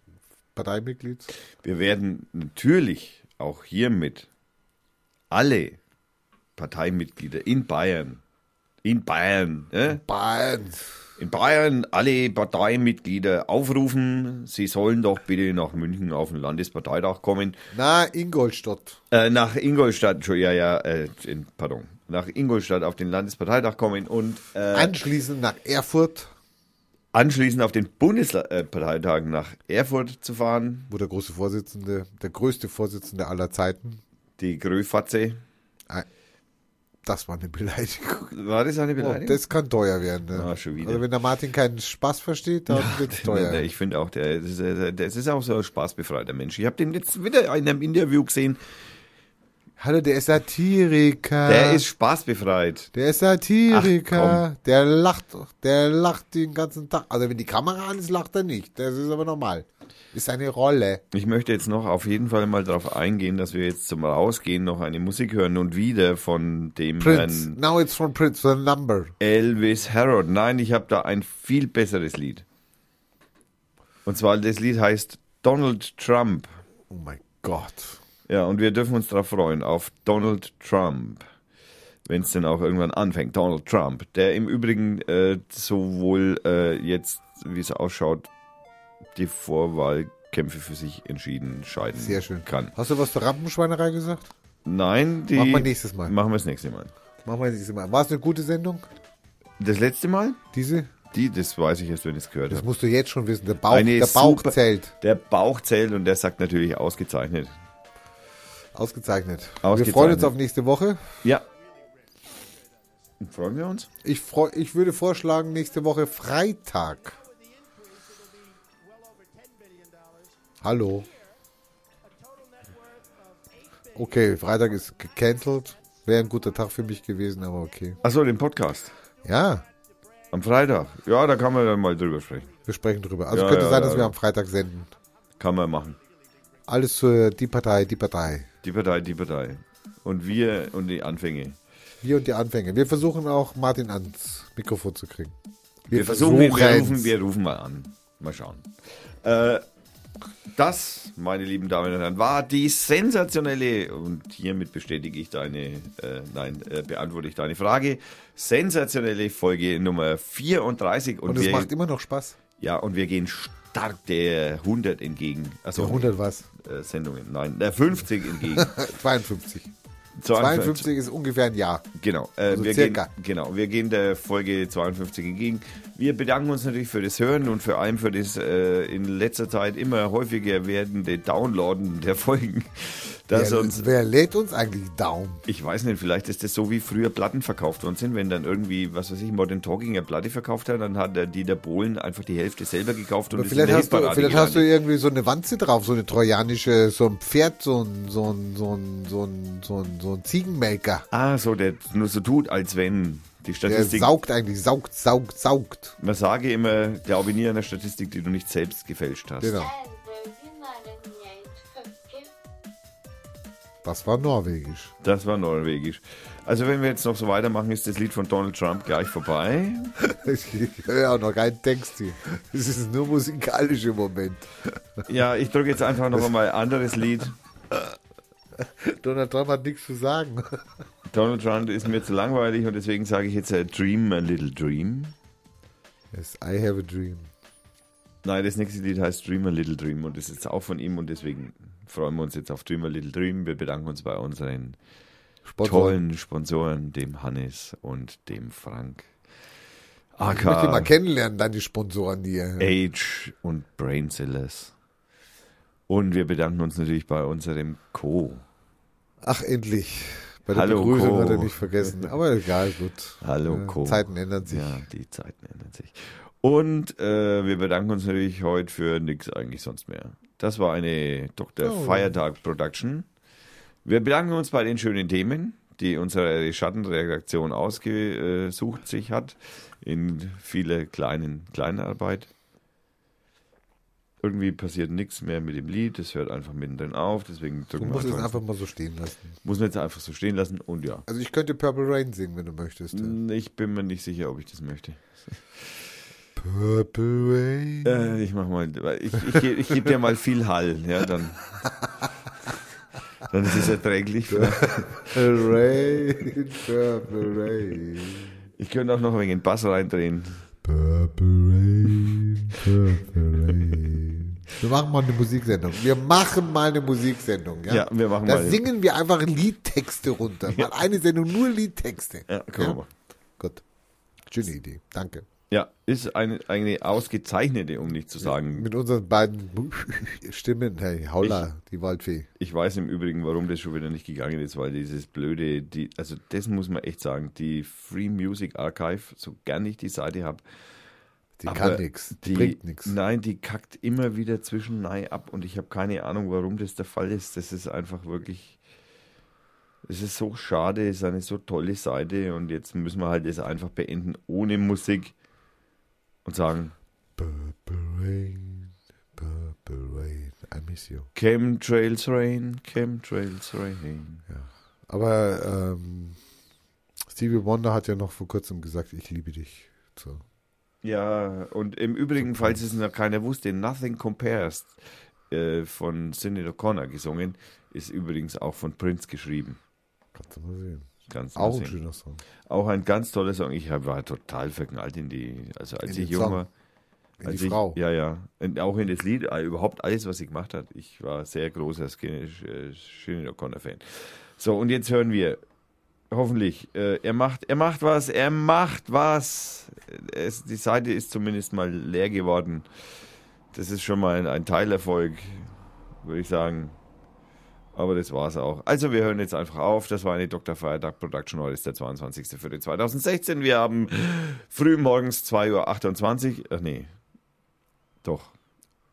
S2: Parteimitglieds.
S1: Wir werden natürlich auch hiermit alle Parteimitglieder in Bayern, in Bayern, ne?
S2: Bayern.
S1: In Bayern alle Parteimitglieder aufrufen, sie sollen doch bitte nach München auf den Landesparteitag kommen.
S2: Na, Ingolstadt.
S1: Äh, nach Ingolstadt, Entschuldigung, ja, ja, äh, in, pardon. Nach Ingolstadt auf den Landesparteitag kommen und äh,
S2: Anschließend nach Erfurt,
S1: anschließend auf den Bundesparteitag nach Erfurt zu fahren.
S2: wo der große Vorsitzende, der größte Vorsitzende aller Zeiten,
S1: Die Gröfatze.
S2: das war eine Beleidigung.
S1: War das eine
S2: Oh,
S1: Beleidigung?
S2: das kann teuer werden. Ne?
S1: Ah, schon wieder.
S2: Also wenn der Martin keinen Spaß versteht, dann wird's teuer.
S1: Nee, nee, ich finde auch, der, das, ist, das ist auch so ein spaßbefreiter Mensch. Ich habe den jetzt wieder in einem Interview gesehen.
S2: Hallo, der ist Satiriker.
S1: Der ist spaßbefreit.
S2: der ist Satiriker. der lacht, der lacht den ganzen Tag. Also wenn die Kamera an ist, lacht er nicht. Das ist aber normal. Ist eine Rolle.
S1: Ich möchte jetzt noch auf jeden Fall mal darauf eingehen, dass wir jetzt zum Rausgehen noch eine Musik hören und wieder von dem
S2: Prince.
S1: Herrn
S2: Now it's from Prince, the number.
S1: Elvis Harold. Nein, ich habe da ein viel besseres Lied. Und zwar das Lied heißt Donald Trump.
S2: Oh mein Gott.
S1: Ja, und wir dürfen uns darauf freuen, auf Donald Trump. Wenn es denn auch irgendwann anfängt, Donald Trump, der im Übrigen äh, sowohl äh, jetzt, wie es ausschaut, die Vorwahlkämpfe für sich entschieden scheiden
S2: Sehr schön.
S1: kann.
S2: Hast du was zur Rampenschweinerei gesagt?
S1: Nein, die.
S2: Machen wir nächstes Mal.
S1: Machen wir das nächste Mal.
S2: Machen wir dieses Mal. War es eine gute Sendung?
S1: Das letzte Mal?
S2: Diese?
S1: Die, das weiß ich erst, wenn ich es gehört
S2: Das
S1: habe.
S2: musst du jetzt schon wissen. Der Bauch,
S1: Eine
S2: der Bauch
S1: super-
S2: zählt.
S1: Der Bauch zählt und der sagt natürlich ausgezeichnet.
S2: Ausgezeichnet. Wir
S1: Ausgezeichnet.
S2: freuen uns auf nächste Woche.
S1: Ja. Freuen wir uns?
S2: Ich, freu, ich würde vorschlagen, nächste Woche Freitag. Hallo. Okay, Freitag ist gecancelt. Wäre ein guter Tag für mich gewesen, aber okay.
S1: Achso, den Podcast.
S2: Ja,
S1: Am Freitag. Ja, da kann man dann mal drüber sprechen.
S2: wir sprechen drüber. Also
S1: Ja,
S2: könnte
S1: ja,
S2: sein,
S1: ja,
S2: dass wir
S1: ja.
S2: am Freitag senden.
S1: Kann man machen.
S2: Alles zur Die Partei, die Partei.
S1: Die Partei, die Partei. Und wir und die Anfänge.
S2: Wir und die Anfänge. Wir versuchen auch Martin ans Mikrofon zu kriegen. Wir,
S1: wir
S2: versuchen's.
S1: rufen, wir rufen mal an. Mal schauen. Äh, das, meine lieben Damen und Herren, war die sensationelle, und hiermit bestätige ich deine, äh, nein, äh, beantworte ich deine Frage, sensationelle Folge Nummer 34. Und,
S2: Und es
S1: wir,
S2: macht immer noch Spaß.
S1: ja, und wir gehen stark der 100 entgegen. Also
S2: 100 was?
S1: Äh, Sendungen, nein, der 50 entgegen.
S2: 52.
S1: Zu Anfang-
S2: 52 ist ungefähr ein Jahr.
S1: Genau, äh,
S2: Also
S1: wir
S2: circa.
S1: Gehen, genau, wir gehen der Folge 52 entgegen. Wir bedanken uns natürlich für das Hören und vor allem für das äh, in letzter Zeit immer häufiger werdende Downloaden der Folgen. Dass
S2: Wer,
S1: uns,
S2: wer lädt uns eigentlich down?
S1: ich weiß nicht, vielleicht ist das so, wie früher Platten verkauft worden sind. Wenn dann irgendwie, was weiß ich, Modern Talking eine Platte verkauft hat, dann hat der Dieter Bohlen einfach die Hälfte selber gekauft und
S2: Aber
S1: ist
S2: vielleicht
S1: in der
S2: hast, du,
S1: Hitparade
S2: vielleicht hast du
S1: gelandet.
S2: irgendwie so eine Wanze drauf, so eine trojanische, so ein Pferd, so ein, so ein, so ein, so ein, so ein, so ein Ziegenmelker.
S1: Ah, so, der nur so tut, als wenn die
S2: Der
S1: Statistik.
S2: saugt eigentlich, saugt, saugt, saugt.
S1: Man sage immer, glaube nie an eine Statistik, die du nicht selbst gefälscht hast.
S2: Genau. Das war norwegisch.
S1: Das war norwegisch. Also wenn wir jetzt noch so weitermachen, ist das Lied von Donald Trump gleich vorbei.
S2: Ich höre auch noch keinen Text hier. Es ist nur musikalisch im Moment.
S1: Ja, ich drücke jetzt einfach noch einmal ein anderes Lied.
S2: Donald Trump hat nichts zu sagen.
S1: Donald Trump ist mir zu langweilig und deswegen sage ich jetzt äh, Dream a Little Dream.
S2: Yes, I have a dream.
S1: Nein, das nächste Lied heißt Dream a Little Dream und das ist auch von ihm und deswegen freuen wir uns jetzt auf Dream a Little Dream. Wir bedanken uns bei unseren tollen Sponsoren, dem Hannes und dem Frank.
S2: Ich möchte die mal
S1: AK,
S2: kennenlernen, dann die Sponsoren hier.
S1: Age und Brainzillers. Und wir bedanken uns natürlich bei unserem Co.
S2: Ach, endlich. Bei der
S1: Hallo,
S2: Begrüßung
S1: Co.
S2: hat er mich vergessen. Aber egal, gut.
S1: Hallo,
S2: Ja,
S1: Co.
S2: Zeiten ändern sich.
S1: Ja, die Zeiten ändern sich. Und äh, wir bedanken uns natürlich heute für nichts eigentlich sonst mehr. Das war eine Dr.
S2: Oh.
S1: Feiertag Production. Wir bedanken uns bei den schönen Themen, die unsere Schattenredaktion ausgesucht sich hat. In viele kleinen Kleinarbeit. Irgendwie passiert nichts mehr mit dem Lied. Das hört einfach mittendrin auf. Deswegen
S2: Du
S1: drücken wir
S2: musst es
S1: einfach,
S2: einfach mal so stehen lassen.
S1: muss man jetzt einfach so stehen lassen. Und ja.
S2: Also ich könnte Purple Rain singen, wenn du möchtest.
S1: Ich bin mir nicht sicher, ob ich das möchte.
S2: Purple Rain.
S1: Äh, ich mach mal, ich, ich, ge- ich gebe dir mal viel Hall, ja, dann. Dann ist es erträglich.
S2: Rain, Purple Rain.
S1: Ich könnte auch noch ein wenig den Bass reindrehen.
S2: Purple Rain, Purple Rain. Wir machen mal eine Musiksendung. Wir machen mal eine Musiksendung. Ja,
S1: Ja, wir machen
S2: da
S1: mal-
S2: singen wir einfach Liedtexte runter. Mal eine Sendung nur Liedtexte.
S1: Ja, können wir machen.
S2: Gut. Schöne Idee. Danke.
S1: Ja, ist eine, eine ausgezeichnete, um nicht zu sagen.
S2: Mit unseren beiden Stimmen, hey, Haula, die Waldfee.
S1: Ich weiß im Übrigen, warum das schon wieder nicht gegangen ist, weil dieses blöde, die, also das muss man echt sagen, die Free Music Archive, so gern ich die Seite habe,
S2: Die
S1: Aber
S2: kann nix, die bringt nix.
S1: Nein, die kackt immer wieder zwischen Nei ab und ich habe keine Ahnung, warum das der Fall ist. Das ist einfach wirklich. Es ist so schade, es ist eine so tolle Seite und jetzt müssen wir halt das einfach beenden ohne Musik und sagen:
S2: Purple Rain, Purple Rain, I miss you.
S1: Chemtrails Rain, Chemtrails Rain.
S2: Aber ähm, Stevie Wonder hat ja noch vor kurzem gesagt, ich liebe dich. So.
S1: Ja, und im Übrigen, falls es noch keiner wusste, Nothing Compares äh, von Sinead O'Connor gesungen, ist übrigens auch von Prince geschrieben.
S2: Kannst du mal sehen.
S1: Ganz
S2: Auch
S1: mal
S2: ein
S1: sehen.
S2: schöner Song.
S1: auch ein ganz toller Song. Ich hab- war total verknallt in die, also als
S2: In
S1: ich
S2: den
S1: jung
S2: Song.
S1: war.
S2: In
S1: als
S2: die
S1: Also ich,
S2: Frau.
S1: Ja, ja. Und auch in das Lied, all- überhaupt alles, was sie gemacht hat. Ich war sehr großer äh, Sinead O'Connor-Fan. So, und jetzt hören wir. Hoffentlich. Äh, er macht, er macht was, er macht was. Es, die Seite ist zumindest mal leer geworden. Das ist schon mal ein, ein Teilerfolg, würde ich sagen. Aber das war's auch. Also wir hören jetzt einfach auf. Das war eine Dr. Feiertag Production. Heute ist der 22. für 2016. Wir haben früh morgens 2.28 Uhr. Ach nee. Doch.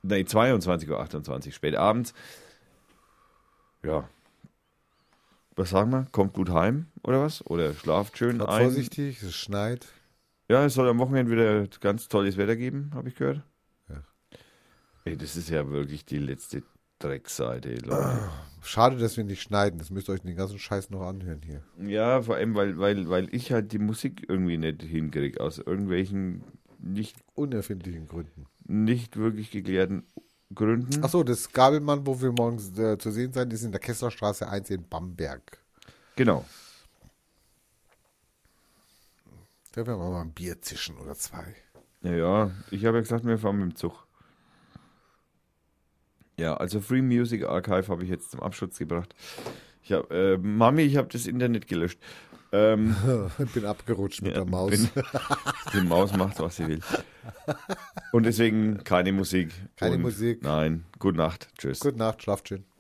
S1: Nee, 22.28 Uhr, spät abends. Ja. Was sagen wir? Kommt gut heim oder was? Oder schlaft schön
S2: Bleibt
S1: ein?
S2: vorsichtig, es schneit.
S1: Ja, es soll am Wochenende wieder ganz tolles Wetter geben, habe ich gehört.
S2: Ja.
S1: Ey, das ist ja wirklich die letzte Dreckseite, Leute.
S2: Schade, dass wir nicht schneiden. Das müsst ihr euch den ganzen Scheiß noch anhören hier.
S1: Ja, vor allem, weil, weil, weil ich halt die Musik irgendwie nicht hinkriege, aus irgendwelchen nicht,
S2: Unerfindlichen Gründen.
S1: nicht wirklich geklärten Gründen.
S2: Achso, das Gabelmann, wo wir morgens äh, zu sehen sein, ist in der Kesslerstraße 1 in Bamberg.
S1: Genau.
S2: Da werden wir mal ein Bier zischen oder zwei.
S1: Naja, ich habe ja gesagt, wir fahren mit dem Zug. Ja, also Free Music Archive habe ich jetzt zum Abschutz gebracht. Ich hab, äh, Mami, ich habe das Internet gelöscht. Ähm,
S2: Ich bin abgerutscht mit
S1: Ja,
S2: der Maus.
S1: bin- die Maus macht, was sie will. Und deswegen keine Musik.
S2: Keine
S1: Und
S2: Musik.
S1: Nein. Gute Nacht. Tschüss.
S2: Gute Nacht, schlaft schön.